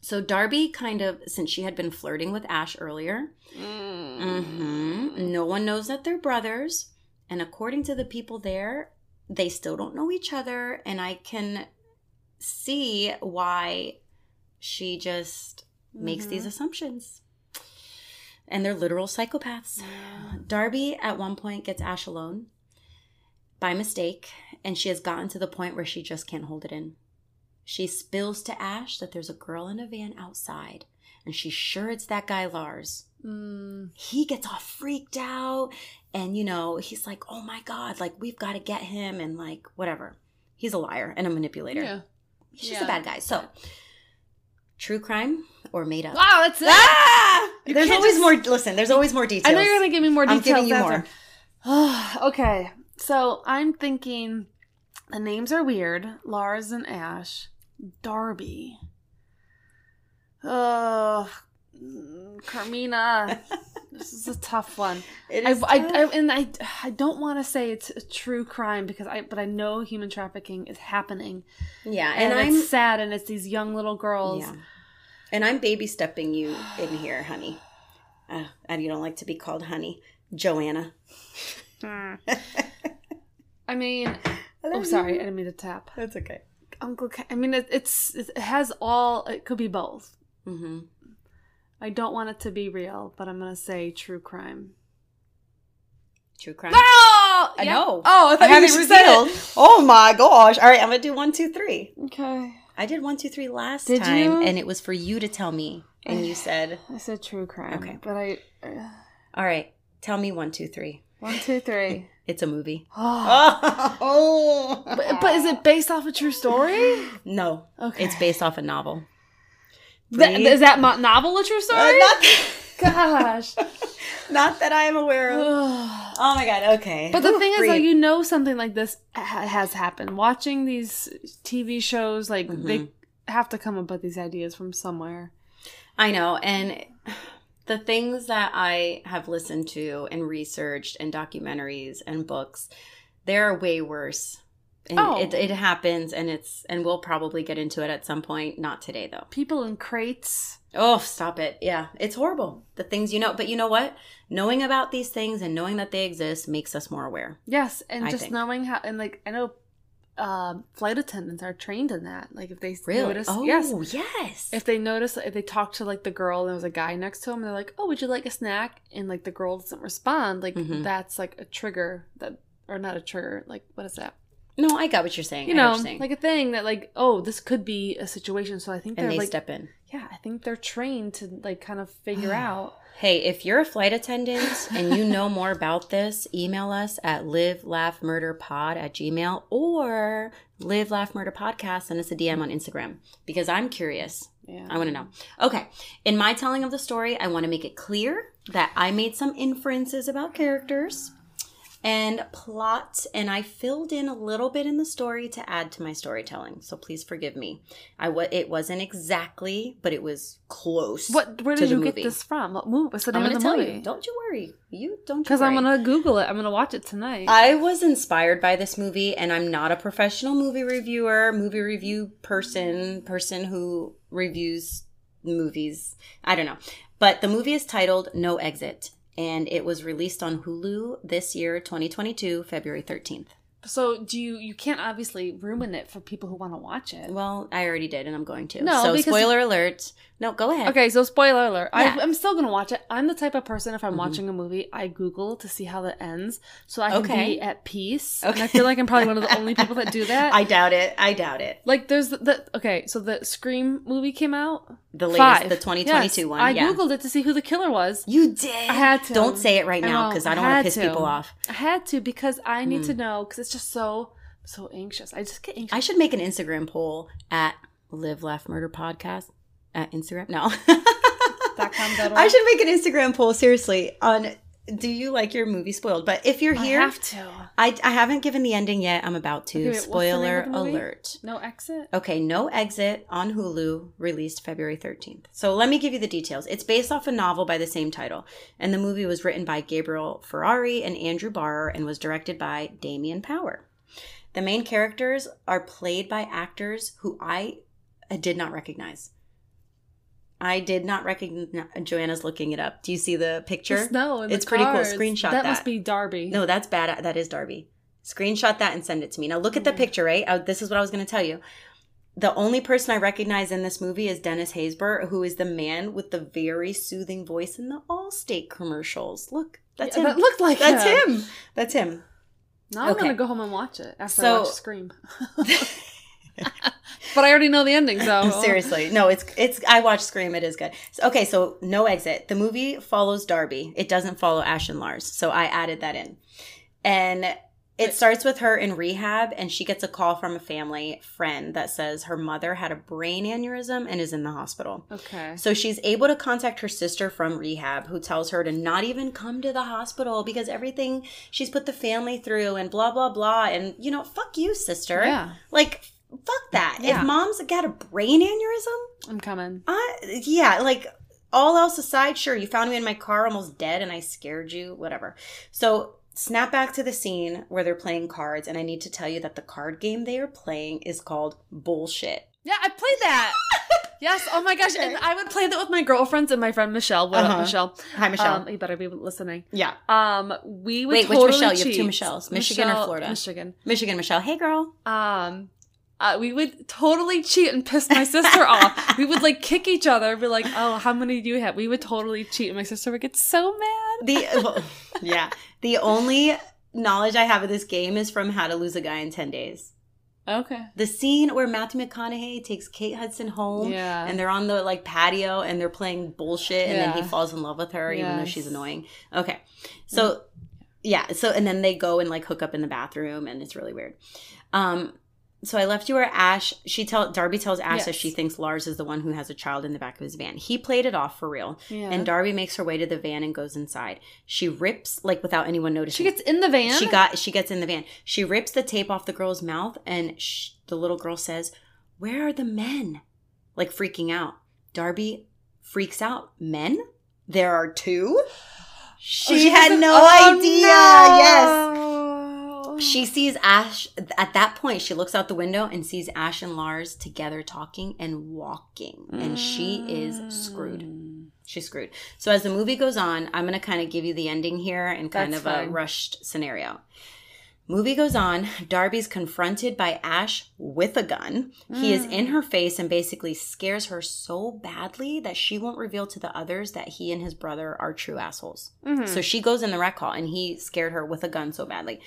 [SPEAKER 1] So Darby kind of, since she had been flirting with Ash earlier,
[SPEAKER 2] Mm-hmm.
[SPEAKER 1] mhm, no one knows that they're brothers. And according to the people there, they still don't know each other. And I can see why she just makes
[SPEAKER 2] Mm-hmm.
[SPEAKER 1] these assumptions. And they're literal
[SPEAKER 2] Mm-hmm.
[SPEAKER 1] psychopaths.
[SPEAKER 2] Yeah.
[SPEAKER 1] Darby at one point gets Ash alone by mistake, and she has gotten to the point where she just can't hold it in. She spills to Ash that there's a girl in a van outside, and she's sure it's that guy Lars.
[SPEAKER 2] Mm.
[SPEAKER 1] He gets all freaked out, and you know, he's like, oh my god, like we've got to get him, and like whatever. He's a liar and a manipulator.
[SPEAKER 2] Yeah.
[SPEAKER 1] He's just
[SPEAKER 2] Yeah.
[SPEAKER 1] a bad guy. So, true crime or made up?
[SPEAKER 2] Wow, that's it.
[SPEAKER 1] Ah!
[SPEAKER 2] You
[SPEAKER 1] There's
[SPEAKER 2] can't
[SPEAKER 1] always
[SPEAKER 2] just-
[SPEAKER 1] more. Listen, there's always more details.
[SPEAKER 2] I know you're gonna give me more
[SPEAKER 1] I'm
[SPEAKER 2] details.
[SPEAKER 1] giving you
[SPEAKER 2] after.
[SPEAKER 1] more.
[SPEAKER 2] *sighs* okay, so I'm thinking the names are weird. Lars and Ash, Darby. Oh,
[SPEAKER 1] *laughs*
[SPEAKER 2] Carmina. this is a tough one.
[SPEAKER 1] It
[SPEAKER 2] I,
[SPEAKER 1] is
[SPEAKER 2] I,
[SPEAKER 1] tough.
[SPEAKER 2] I- and I, I don't want to say it's a true crime because I, but I know human trafficking is happening,
[SPEAKER 1] Yeah,
[SPEAKER 2] and,
[SPEAKER 1] and,
[SPEAKER 2] it's
[SPEAKER 1] I'm
[SPEAKER 2] sad, and it's these young little girls.
[SPEAKER 1] yeah. and I'm baby stepping you in here, honey. Uh, and you don't like to be called honey, Joanna. *laughs*
[SPEAKER 2] Hmm. I mean, oh, sorry, I didn't mean to tap.
[SPEAKER 1] that's okay.
[SPEAKER 2] Uncle. Ca- I mean, it, it's it has all. It could be both.
[SPEAKER 1] Mm-hmm.
[SPEAKER 2] I don't want it to be real, but I'm gonna say true crime.
[SPEAKER 1] True crime.
[SPEAKER 2] No, I
[SPEAKER 1] know. *laughs*
[SPEAKER 2] Oh, I thought you
[SPEAKER 1] haven't
[SPEAKER 2] just said it.
[SPEAKER 1] revealed. Oh my gosh! All right, I'm gonna do one, two, three.
[SPEAKER 2] Okay.
[SPEAKER 1] I did one, two, three last
[SPEAKER 2] Did
[SPEAKER 1] time,
[SPEAKER 2] you?
[SPEAKER 1] and it was for you to tell me. And
[SPEAKER 2] *sighs*
[SPEAKER 1] you said,
[SPEAKER 2] I said true crime.
[SPEAKER 1] Okay.
[SPEAKER 2] But I. Uh,
[SPEAKER 1] all right, tell me one, two, three.
[SPEAKER 2] one, two, three.
[SPEAKER 1] It's a
[SPEAKER 2] *gasps*
[SPEAKER 1] movie.
[SPEAKER 2] *laughs* Oh.
[SPEAKER 1] Oh!
[SPEAKER 2] But, but is it based off a true *gasps* story?
[SPEAKER 1] *laughs* No.
[SPEAKER 2] Okay.
[SPEAKER 1] It's based off a novel.
[SPEAKER 2] Th-
[SPEAKER 1] Breathe.
[SPEAKER 2] is that mo- novel a true
[SPEAKER 1] Uh,
[SPEAKER 2] story?
[SPEAKER 1] not,
[SPEAKER 2] *laughs* Gosh.
[SPEAKER 1] not that I am aware
[SPEAKER 2] *laughs*
[SPEAKER 1] of.
[SPEAKER 2] but
[SPEAKER 1] Oh my god, okay.
[SPEAKER 2] the
[SPEAKER 1] Ooh,
[SPEAKER 2] thing is, though,
[SPEAKER 1] breathe.
[SPEAKER 2] you know something like this ha- has happened. Watching these TV shows, like they have to come up with these ideas from somewhere.
[SPEAKER 1] I know. And the things that I have listened to and researched and documentaries and books, they're way worse. And
[SPEAKER 2] Oh.
[SPEAKER 1] it, it happens and it's and we'll probably get into it at some point. Not today though.
[SPEAKER 2] People in crates.
[SPEAKER 1] Oh, stop it. Yeah. It's horrible. The things you know. But you know what? Knowing about these things and knowing that they exist makes us more aware.
[SPEAKER 2] Yes, and
[SPEAKER 1] I
[SPEAKER 2] just
[SPEAKER 1] think.
[SPEAKER 2] knowing how, and like I know, um, flight attendants are trained in that. Like if they notice,
[SPEAKER 1] oh
[SPEAKER 2] yes,
[SPEAKER 1] yes. yes.
[SPEAKER 2] if they notice, if they talk to like the girl and there was a guy next to him, they're like, "Oh, would you like a snack?" And like the girl doesn't respond, like
[SPEAKER 1] Mhm.
[SPEAKER 2] that's like a trigger that, or not a trigger, like what is that?
[SPEAKER 1] no, I got what you're saying.
[SPEAKER 2] You
[SPEAKER 1] I
[SPEAKER 2] know,
[SPEAKER 1] what you're saying.
[SPEAKER 2] like a thing that like, oh, this could be a situation. So I think they're
[SPEAKER 1] and they
[SPEAKER 2] like,
[SPEAKER 1] step in.
[SPEAKER 2] yeah, I think they're trained to like kind of
[SPEAKER 1] *sighs*
[SPEAKER 2] figure out.
[SPEAKER 1] Hey, if you're a flight attendant and you know more about this, email us at live laugh murder pod at gmail or live laugh murder podcast. Send us a DM on Instagram because I'm curious.
[SPEAKER 2] Yeah,
[SPEAKER 1] I want to know. Okay. In my telling of the story, I want to make it clear that I made some inferences about characters and plot, and I filled in a little bit in the story to add to my storytelling. So please forgive me. I wa it wasn't exactly, but it was close.
[SPEAKER 2] What? Where
[SPEAKER 1] to
[SPEAKER 2] did
[SPEAKER 1] the
[SPEAKER 2] you get
[SPEAKER 1] movie.
[SPEAKER 2] this from? What movie? What's the
[SPEAKER 1] I'm
[SPEAKER 2] name
[SPEAKER 1] gonna
[SPEAKER 2] of the
[SPEAKER 1] tell
[SPEAKER 2] movie?
[SPEAKER 1] you. Don't you worry. You don't.
[SPEAKER 2] Because I'm gonna Google it. I'm gonna watch it tonight.
[SPEAKER 1] I was inspired by this movie, and I'm not a professional movie reviewer, movie review person, person who reviews movies. I don't know. But the movie is titled No Exit, and it was released on Hulu this year, 2022, February 13th.
[SPEAKER 2] so do you? You can't obviously ruin it for people who want to watch it.
[SPEAKER 1] Well, I already did, and I'm going to.
[SPEAKER 2] No,
[SPEAKER 1] so
[SPEAKER 2] because-
[SPEAKER 1] spoiler alert. No, go ahead.
[SPEAKER 2] Okay, so spoiler alert.
[SPEAKER 1] Yeah. Mm-hmm.
[SPEAKER 2] I, I'm still gonna watch it. I'm the type of person if I'm watching a movie, I Google to see how that ends, so I can
[SPEAKER 1] Okay.
[SPEAKER 2] be at peace. And
[SPEAKER 1] Okay.
[SPEAKER 2] I feel like I'm probably one of
[SPEAKER 1] *laughs*
[SPEAKER 2] the only people that do that.
[SPEAKER 1] I doubt it. I doubt it.
[SPEAKER 2] like there's the, the okay, so the Scream movie came out.
[SPEAKER 1] The latest,
[SPEAKER 2] Five.
[SPEAKER 1] the 2022
[SPEAKER 2] Yes.
[SPEAKER 1] one.
[SPEAKER 2] I
[SPEAKER 1] yeah.
[SPEAKER 2] googled it to see who the killer was.
[SPEAKER 1] You did.
[SPEAKER 2] I had to.
[SPEAKER 1] Don't say it right
[SPEAKER 2] I
[SPEAKER 1] now
[SPEAKER 2] know,
[SPEAKER 1] because I
[SPEAKER 2] I
[SPEAKER 1] don't want to
[SPEAKER 2] had
[SPEAKER 1] piss
[SPEAKER 2] to.
[SPEAKER 1] people off.
[SPEAKER 2] I had to because I need
[SPEAKER 1] Mm.
[SPEAKER 2] to know because it's just so so anxious. I just get anxious.
[SPEAKER 1] I should make an Instagram poll at Live Laugh Murder Podcast at Instagram. No, *laughs*
[SPEAKER 2] Dot com, dot
[SPEAKER 1] I
[SPEAKER 2] org.
[SPEAKER 1] should make an Instagram poll seriously on Do you like your movie spoiled? But if you're
[SPEAKER 2] I
[SPEAKER 1] here,
[SPEAKER 2] have to.
[SPEAKER 1] I, I haven't given the ending yet. I'm about to.
[SPEAKER 2] Okay, wait, what's the name
[SPEAKER 1] Spoiler
[SPEAKER 2] of the movie?
[SPEAKER 1] alert.
[SPEAKER 2] No exit.
[SPEAKER 1] Okay, No Exit on Hulu, released February 13th. So let me give you the details. It's based off a novel by the same title, and the movie was written by Gabriel Ferrari and Andrew Barr and was directed by Damien Power. The main characters are played by actors who I uh, did not recognize. I did not recognize. Joanna's looking it up. Do you see the picture?
[SPEAKER 2] The snow and
[SPEAKER 1] It's
[SPEAKER 2] the
[SPEAKER 1] pretty cool.
[SPEAKER 2] cars.
[SPEAKER 1] Screenshot
[SPEAKER 2] that.
[SPEAKER 1] that.
[SPEAKER 2] must be Darby.
[SPEAKER 1] No, that's bad. uh, That is Darby. Screenshot that and send it to me. Now look at the
[SPEAKER 2] Okay.
[SPEAKER 1] picture, right? I, this is what I was going to tell you. The only person I recognize in this movie is Dennis Haysbert, who is the man with the very soothing voice in the Allstate commercials. Look, that's
[SPEAKER 2] Yeah,
[SPEAKER 1] him.
[SPEAKER 2] That looked like
[SPEAKER 1] that's him. That's him.
[SPEAKER 2] Now I'm
[SPEAKER 1] Okay.
[SPEAKER 2] gonna go home and watch it after
[SPEAKER 1] So-
[SPEAKER 2] I watch Scream. *laughs* but I already know the ending, so *laughs*
[SPEAKER 1] Seriously, no, it's it's. I watched Scream. It is good. So- okay, so no exit. The movie follows Darby. It doesn't follow Ash and Lars. So I added that in, and it starts with her in rehab, and she gets a call from a family friend that says her mother had a brain aneurysm and is in the hospital.
[SPEAKER 2] Okay.
[SPEAKER 1] So she's able to contact her sister from rehab, who tells her to not even come to the hospital because everything she's put the family through and blah blah blah. And you know, fuck you, sister.
[SPEAKER 2] Yeah,
[SPEAKER 1] Like, fuck that.
[SPEAKER 2] Yeah.
[SPEAKER 1] If mom's got a brain aneurysm,
[SPEAKER 2] I'm coming.
[SPEAKER 1] I, yeah, like all else aside, sure, you found me in my car almost dead and I scared you, whatever. So, snap back to the scene where they're playing cards, and I need to tell you that the card game they are playing is called Bullshit.
[SPEAKER 2] Yeah, I played that.
[SPEAKER 1] *laughs*
[SPEAKER 2] yes. Oh my gosh, and I would play that with my girlfriends and my friend Michelle. What
[SPEAKER 1] Uh-huh.
[SPEAKER 2] up, Michelle?
[SPEAKER 1] Hi, Michelle.
[SPEAKER 2] Um, you better be listening.
[SPEAKER 1] yeah.
[SPEAKER 2] Um, we would
[SPEAKER 1] Wait, which
[SPEAKER 2] totally
[SPEAKER 1] Michelle? You have two
[SPEAKER 2] cheat.
[SPEAKER 1] Michelles, Michigan or
[SPEAKER 2] Michelle-
[SPEAKER 1] Florida?
[SPEAKER 2] Michigan.
[SPEAKER 1] Michigan Michelle. Hey, girl.
[SPEAKER 2] um uh, we would totally cheat and piss my sister
[SPEAKER 1] *laughs*
[SPEAKER 2] off. We would like kick each other, be like, "Oh, how many do you have?" We would totally cheat, and my sister would get so mad.
[SPEAKER 1] The, well, yeah. The only knowledge I have of this game is from How to Lose a Guy in 10 Days.
[SPEAKER 2] Okay.
[SPEAKER 1] The scene where Matthew McConaughey takes Kate Hudson home
[SPEAKER 2] Yeah.
[SPEAKER 1] and they're on the like patio and they're playing bullshit and then
[SPEAKER 2] Yeah.
[SPEAKER 1] he falls in love with her even though she's
[SPEAKER 2] Yes.
[SPEAKER 1] annoying. Okay. So yeah, so and then they go and like hook up in the bathroom and it's really weird. Um so I left you where Ash she tell Darby tells Ash that
[SPEAKER 2] Yes.
[SPEAKER 1] she thinks Lars is the one who has a child in the back of his van. He played it off for real.
[SPEAKER 2] Yeah.
[SPEAKER 1] And Darby makes her way to the van and goes inside. She rips like without anyone noticing.
[SPEAKER 2] she gets in the van.
[SPEAKER 1] She got she gets in the van. She rips the tape off the girl's mouth and sh- the little girl says, "Where are the men?" Like freaking out. Darby freaks out. Men? There are two? She,
[SPEAKER 2] Oh,
[SPEAKER 1] had
[SPEAKER 2] doesn't-
[SPEAKER 1] no
[SPEAKER 2] Oh,
[SPEAKER 1] idea. Yes.
[SPEAKER 2] no.
[SPEAKER 1] She sees Ash at that point. She looks out the window and sees Ash and Lars together talking and walking, and she is screwed.
[SPEAKER 2] Mm.
[SPEAKER 1] She's screwed. So as the movie goes on, I'm going to kind of give you the ending here and kind
[SPEAKER 2] That's
[SPEAKER 1] of a
[SPEAKER 2] fine.
[SPEAKER 1] rushed scenario. Movie goes on. Darby's confronted by Ash with a gun. He is in her face and basically scares her so badly that she won't reveal to the others that he and his brother are true assholes.
[SPEAKER 2] Mhm. *laughs*
[SPEAKER 1] So she goes in the rec hall and he scared her with a gun so badly.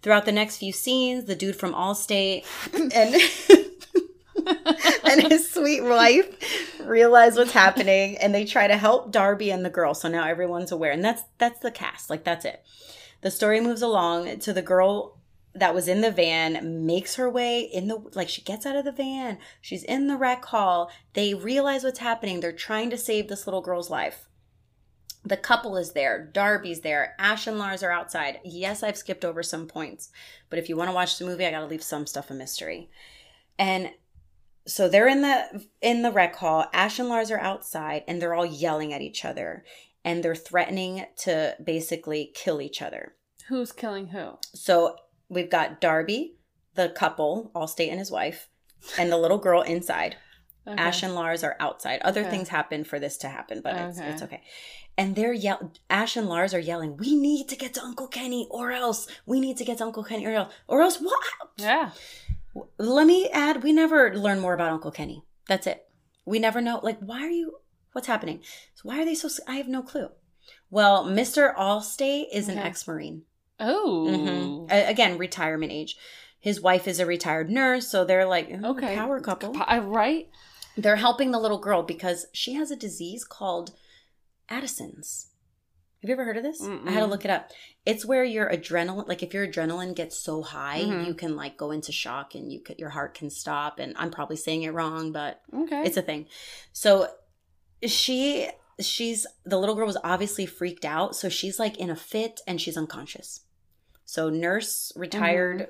[SPEAKER 1] Throughout the next few scenes, the dude from
[SPEAKER 2] *laughs*
[SPEAKER 1] Allstate and *laughs* and his sweet wife realize what's happening and they try to help Darby and the girl. So now everyone's aware. And that's that's the cast. Like that's it. The story moves along to the girl that was in the van makes her way in the like she gets out of the van. She's in the rec hall. They realize what's happening. They're trying to save this little girl's life. The couple is there. Darby's there. Ash and Lars are outside. Yes, I've skipped over some points, but if you want to watch the movie, I got to leave some stuff a mystery. And so they're in the in the rec hall. Ash and Lars are outside, and they're all yelling at each other, and they're threatening to basically kill each other.
[SPEAKER 2] Who's killing who?
[SPEAKER 1] So we've got Darby, the couple, Allstate and his wife, and the little girl inside.
[SPEAKER 2] *laughs* Okay.
[SPEAKER 1] Ash and Lars are outside. Other
[SPEAKER 2] Okay.
[SPEAKER 1] things happen for this to happen, but it's,
[SPEAKER 2] Okay.
[SPEAKER 1] it's okay. And they're yell. Ash and Lars are yelling, "We need to get to Uncle Kenny, or else we need to get to Uncle Kenny, or else, or else what?"
[SPEAKER 2] Yeah.
[SPEAKER 1] Let me add, we never learn more about Uncle Kenny. That's it. We never know. Like, why are you? What's happening? So why are they so? s- I have no clue. Well, Mister Allstate is an
[SPEAKER 2] Okay.
[SPEAKER 1] ex-marine.
[SPEAKER 2] Oh.
[SPEAKER 1] Mhm. A- Again, retirement age. His wife is a retired nurse, so they're like "Ooh,
[SPEAKER 2] Okay.
[SPEAKER 1] power couple.
[SPEAKER 2] Pa- I- right?
[SPEAKER 1] They're helping the little girl because she has a disease called Addison's. Have you ever heard of this? I had to
[SPEAKER 2] Mm-mm.
[SPEAKER 1] look it up. It's where your adrenaline, like if your adrenaline gets so high,
[SPEAKER 2] Mhm.
[SPEAKER 1] you can like go into shock and you could, your heart can stop. And I'm probably saying it wrong, but
[SPEAKER 2] Okay.
[SPEAKER 1] it's a thing. So she she's the little girl was obviously freaked out, so she's like in a fit and she's unconscious. So nurse, retired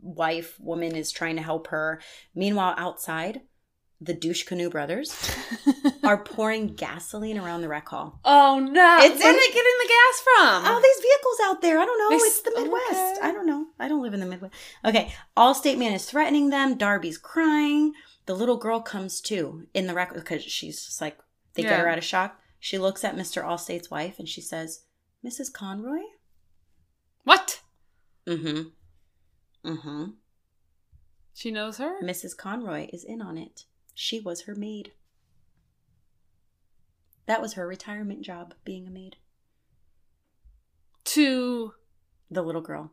[SPEAKER 1] wife, woman is trying to help her. Meanwhile, outside, the douche canoe brothers are pouring gasoline around the rec hall.
[SPEAKER 2] *laughs* oh no!
[SPEAKER 1] It's Oh,
[SPEAKER 2] Where
[SPEAKER 1] in-
[SPEAKER 2] are they getting the gas from?
[SPEAKER 1] All these vehicles out there. I don't know.
[SPEAKER 2] Uh-huh. They
[SPEAKER 1] it's
[SPEAKER 2] s-
[SPEAKER 1] the Midwest.
[SPEAKER 2] okay.
[SPEAKER 1] I don't know. I don't live in the Midwest. Okay. Allstate man is threatening them. Darby's crying. The little girl comes too in the record because she's just like, they get
[SPEAKER 2] Yeah.
[SPEAKER 1] her out of shock. She looks at Mr. Allstate's wife and she says, Mrs. Conroy?
[SPEAKER 2] what? Mm-hmm.
[SPEAKER 1] Mm hmm. Mm hmm.
[SPEAKER 2] She knows her.
[SPEAKER 1] Mrs. Conroy is in on it. She was her maid. That was her retirement job, being a maid.
[SPEAKER 2] To
[SPEAKER 1] the little girl.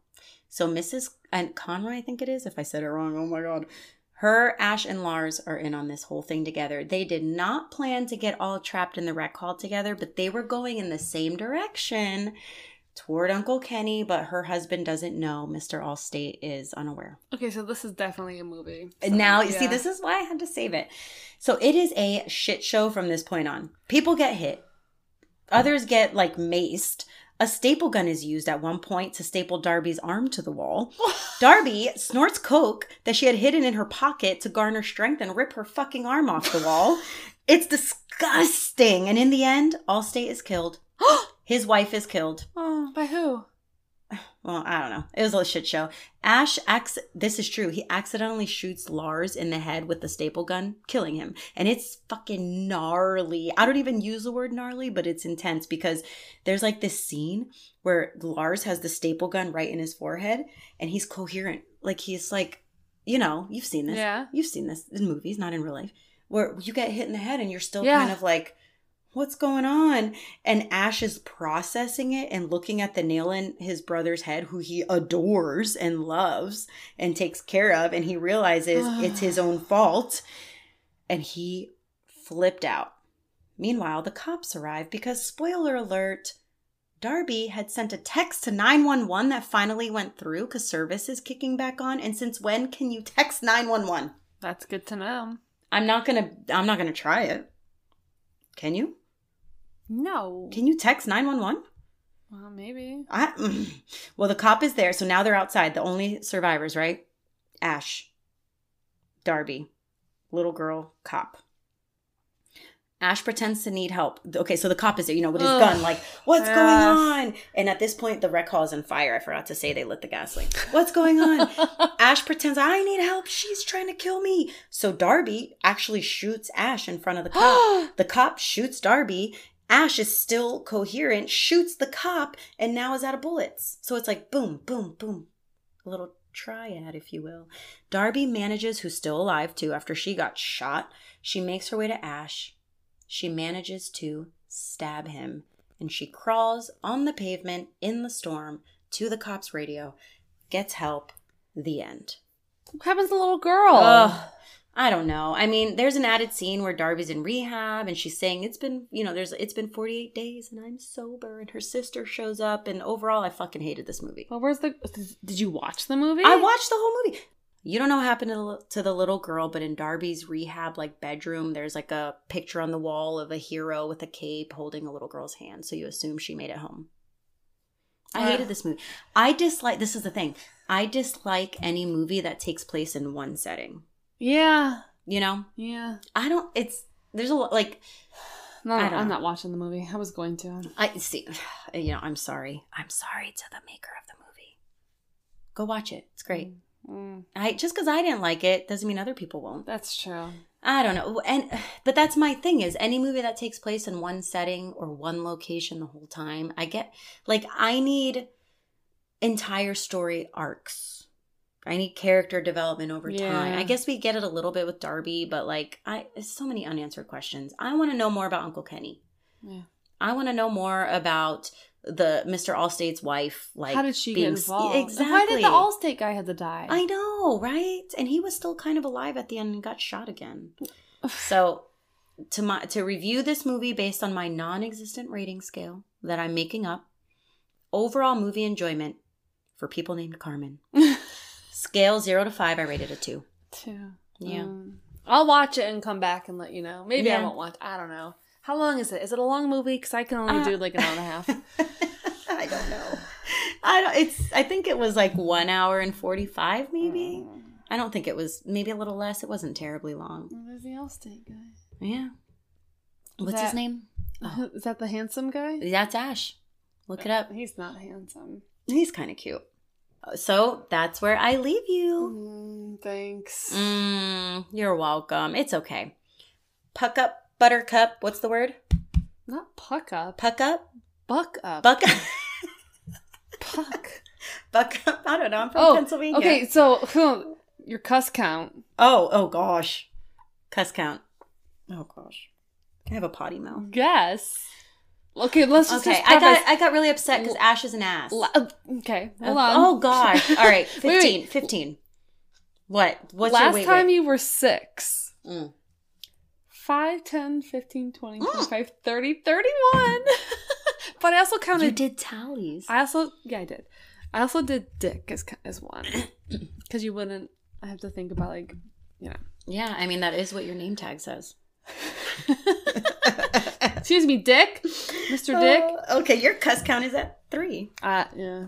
[SPEAKER 1] So Mrs. and Conroy, I think it is. If I said it wrong, oh my god. Her, Ash, and Lars are in on this whole thing together. They did not plan to get all trapped in the rec hall together, but they were going in the same direction toward Uncle Kenny, but her husband doesn't know. Mr. Allstate is unaware.
[SPEAKER 2] okay, so this is definitely a movie.
[SPEAKER 1] And now, you see,
[SPEAKER 2] yeah.
[SPEAKER 1] this is why I had to save it. So it is a shit show from this point on. People get hit, others get like maced. A staple gun is used at one point to staple Darby's arm to the wall. Darby snorts coke that she had hidden in her pocket to garner strength and rip her fucking arm off the wall. It's disgusting. And in the end, Allstate is killed. *gasps* His wife is killed.
[SPEAKER 2] *laughs* Oh, by who?
[SPEAKER 1] Well, I don't know. It was a shit show. Ash, acc- this is true. He accidentally shoots Lars in the head with the staple gun, killing him. And it's fucking gnarly. I don't even use the word gnarly, but it's intense because there's like this scene where Lars has the staple gun right in his forehead and he's coherent. Like he's like, you know, you've seen this.
[SPEAKER 2] Yeah.
[SPEAKER 1] You've seen this in movies, not in real life, where you get hit in the head and you're still
[SPEAKER 2] Yeah.
[SPEAKER 1] kind of like, what's going on? And Ash is processing it and looking at the nail in his brother's head, who he adores and loves and takes care of. And he realizes it's his own fault. And he flipped out. Meanwhile, the cops arrive because, spoiler alert, Darby had sent a text to 911 that finally went through because service is kicking back on. And since when can you text 911?
[SPEAKER 2] That's good to know.
[SPEAKER 1] I'm not gonna I'm not gonna try it. Can you?
[SPEAKER 2] No.
[SPEAKER 1] Can you text 911?
[SPEAKER 2] Well, *laughs* maybe.
[SPEAKER 1] I, *sighs* mm. well, the cop is there, so now they're outside. The only survivors, right? Ash, Darby, little girl, cop. Ash pretends to need help. Okay, so the cop is there, you know, with his
[SPEAKER 2] Ugh.
[SPEAKER 1] gun, like, what's going
[SPEAKER 2] Yes.
[SPEAKER 1] on? And at this point, the rec hall is on fire. I forgot to say they lit the gas leak. What's going
[SPEAKER 2] *laughs*
[SPEAKER 1] on? Ash pretends, I need help. She's trying to kill me. So Darby actually shoots Ash in front of the cop. The cop shoots Darby. Ash is still coherent, shoots the cop, and now is out of bullets. So it's like boom, boom, boom. A little triad, if you will. Darby manages, who's still alive too, after she got shot. She makes her way to Ash. She manages to stab him, and she crawls on the pavement in the storm to the cop's radio, gets help. The end.
[SPEAKER 2] what happens to the little girl?
[SPEAKER 1] Ugh. I don't know. I mean, there's an added scene where Darby's in rehab and she's saying it's been, you know, there's it's been 48 days and I'm sober and her sister shows up and overall I fucking hated this movie.
[SPEAKER 2] Well, where's the? Did you watch the movie?
[SPEAKER 1] I watched the whole movie. You don't know what happened to the, to the little girl, but in Darby's rehab like bedroom, there's like a picture on the wall of a hero with a cape holding a little girl's hand, so you assume she made it home. I
[SPEAKER 2] Ugh.
[SPEAKER 1] hated this movie. I dislike this is the thing. I dislike any movie that takes place in one setting.
[SPEAKER 2] Yeah,
[SPEAKER 1] You know?
[SPEAKER 2] yeah.
[SPEAKER 1] I don't. It's there's a lot like
[SPEAKER 2] No,
[SPEAKER 1] I
[SPEAKER 2] I
[SPEAKER 1] don't
[SPEAKER 2] am
[SPEAKER 1] know.
[SPEAKER 2] not watching the movie. I was going to.
[SPEAKER 1] I see. *sighs* You know, I'm sorry. I'm sorry to the maker of the movie. Go watch it. It's great.
[SPEAKER 2] Mm,
[SPEAKER 1] I just because I didn't like it doesn't mean other people won't.
[SPEAKER 2] that's true.
[SPEAKER 1] I don't know. And but that's my thing is any movie that takes place in one setting or one location the whole time. I get like I need entire story arcs. I need character development over time.
[SPEAKER 2] Yeah.
[SPEAKER 1] I guess we get it a little bit with Darby, but like I so many unanswered questions. I want to know more about Uncle Kenny.
[SPEAKER 2] Yeah.
[SPEAKER 1] I want to know more about the Mr. Allstate's wife. Like,
[SPEAKER 2] How did she get
[SPEAKER 1] being s-
[SPEAKER 2] involved?
[SPEAKER 1] Exactly.
[SPEAKER 2] Why did the Allstate guy had to die?
[SPEAKER 1] I know, right? And he was still kind of alive at the end and got shot *sighs* again. so, to my to review this movie based on my non-existent rating scale that I'm making up, overall movie enjoyment for people named *laughs* Carmen. Scale zero to five, I rated a two.
[SPEAKER 2] Too.
[SPEAKER 1] Yeah. *laughs*
[SPEAKER 2] Um, I'll watch it and come back and let you know. Maybe I
[SPEAKER 1] Yeah.
[SPEAKER 2] won't watch. I don't know. How long is it? Is it a long movie? Because I can only
[SPEAKER 1] Uh,
[SPEAKER 2] do like an hour and
[SPEAKER 1] *laughs*
[SPEAKER 2] a half.
[SPEAKER 1] I don't know. I don't, it's. I think it was like one hour and forty-five, maybe. I don't think it was. Maybe a little less. It wasn't terribly long.
[SPEAKER 2] Where's the Allstate guy?
[SPEAKER 1] Yeah. What's his
[SPEAKER 2] That-
[SPEAKER 1] name? Oh.
[SPEAKER 2] *laughs* Is that the handsome guy?
[SPEAKER 1] That's Ash. Look it up.
[SPEAKER 2] He's not handsome.
[SPEAKER 1] He's kind of cute. So that's where I leave you.
[SPEAKER 2] Mm, thanks.
[SPEAKER 1] Mm, you're welcome. It's okay. Puck up, buttercup. What's the word?
[SPEAKER 2] Not puck up.
[SPEAKER 1] Puck up,
[SPEAKER 2] Buck up.
[SPEAKER 1] buck,
[SPEAKER 2] Puck.
[SPEAKER 1] *laughs* buck up. I don't know. I'm *laughs* from
[SPEAKER 2] Oh,
[SPEAKER 1] Pennsylvania.
[SPEAKER 2] Okay, so huh, your cuss count.
[SPEAKER 1] Oh, oh gosh. Cuss count. Oh gosh. I have a potty mouth.
[SPEAKER 2] Guess. Okay, let's just.
[SPEAKER 1] Okay,
[SPEAKER 2] just
[SPEAKER 1] I got
[SPEAKER 2] preface-
[SPEAKER 1] I got really upset because Ash is an ass.
[SPEAKER 2] La- okay, hold
[SPEAKER 1] Uh,
[SPEAKER 2] on.
[SPEAKER 1] Oh gosh. All *laughs* right. 15.
[SPEAKER 2] Wait, wait.
[SPEAKER 1] 15. What? What's
[SPEAKER 2] Last
[SPEAKER 1] your wait,
[SPEAKER 2] time
[SPEAKER 1] wait?
[SPEAKER 2] you were six.
[SPEAKER 1] Mm.
[SPEAKER 2] 5, 10, 15, 20, 25, 30,
[SPEAKER 1] *laughs*
[SPEAKER 2] 31. but I also
[SPEAKER 1] you
[SPEAKER 2] counted.
[SPEAKER 1] did tallies.
[SPEAKER 2] I also, yeah, I did. I also did dick as, as
[SPEAKER 1] *coughs*
[SPEAKER 2] one. Because you wouldn't, I have to think about like, you know.
[SPEAKER 1] yeah, I mean that is what your name tag *laughs* says.
[SPEAKER 2] Excuse
[SPEAKER 1] *laughs*
[SPEAKER 2] me, dick? Mr. Dick?
[SPEAKER 1] Uh, okay, your cuss count is at 3.
[SPEAKER 2] Uh, yeah.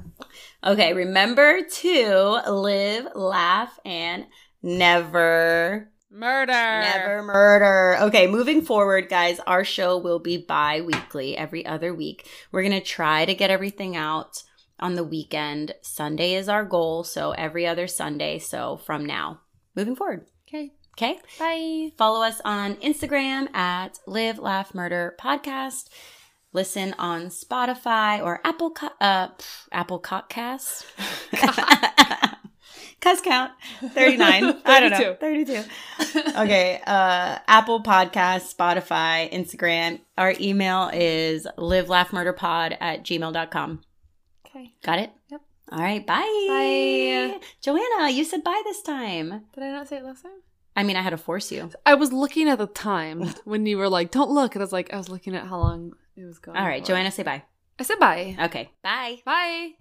[SPEAKER 1] Okay, remember to live, laugh and never
[SPEAKER 2] Murder.
[SPEAKER 1] Never murder. Okay, moving forward, guys, our show will be bi weekly every other week. We're going to try to get everything out on the weekend. Sunday is our goal, so every other Sunday. So from now, moving forward.
[SPEAKER 2] Okay.
[SPEAKER 1] Okay.
[SPEAKER 2] Bye.
[SPEAKER 1] Follow us on Instagram at Live, Laugh, Murder Podcast. Listen on Spotify or Apple, Co- uh, pff, Apple Cockcast. *laughs* Cuss count
[SPEAKER 2] *laughs*
[SPEAKER 1] 39. I don't know. 32. *laughs* Okay. Uh, Apple Podcasts, Spotify, Instagram. Our email is live laugh murder pod at gmail.com.
[SPEAKER 2] Okay.
[SPEAKER 1] Got it?
[SPEAKER 2] Yep.
[SPEAKER 1] All right. Bye.
[SPEAKER 2] Bye.
[SPEAKER 1] Joanna, you said bye this time.
[SPEAKER 2] Did I not say it last time?
[SPEAKER 1] I mean, I had to force you.
[SPEAKER 2] I was looking at the time when you were like, "Don't look," and I was like, I was looking at how long it was going.
[SPEAKER 1] All right.
[SPEAKER 2] for.
[SPEAKER 1] Joanna, say bye.
[SPEAKER 2] I said bye.
[SPEAKER 1] Okay. Bye.
[SPEAKER 2] Bye.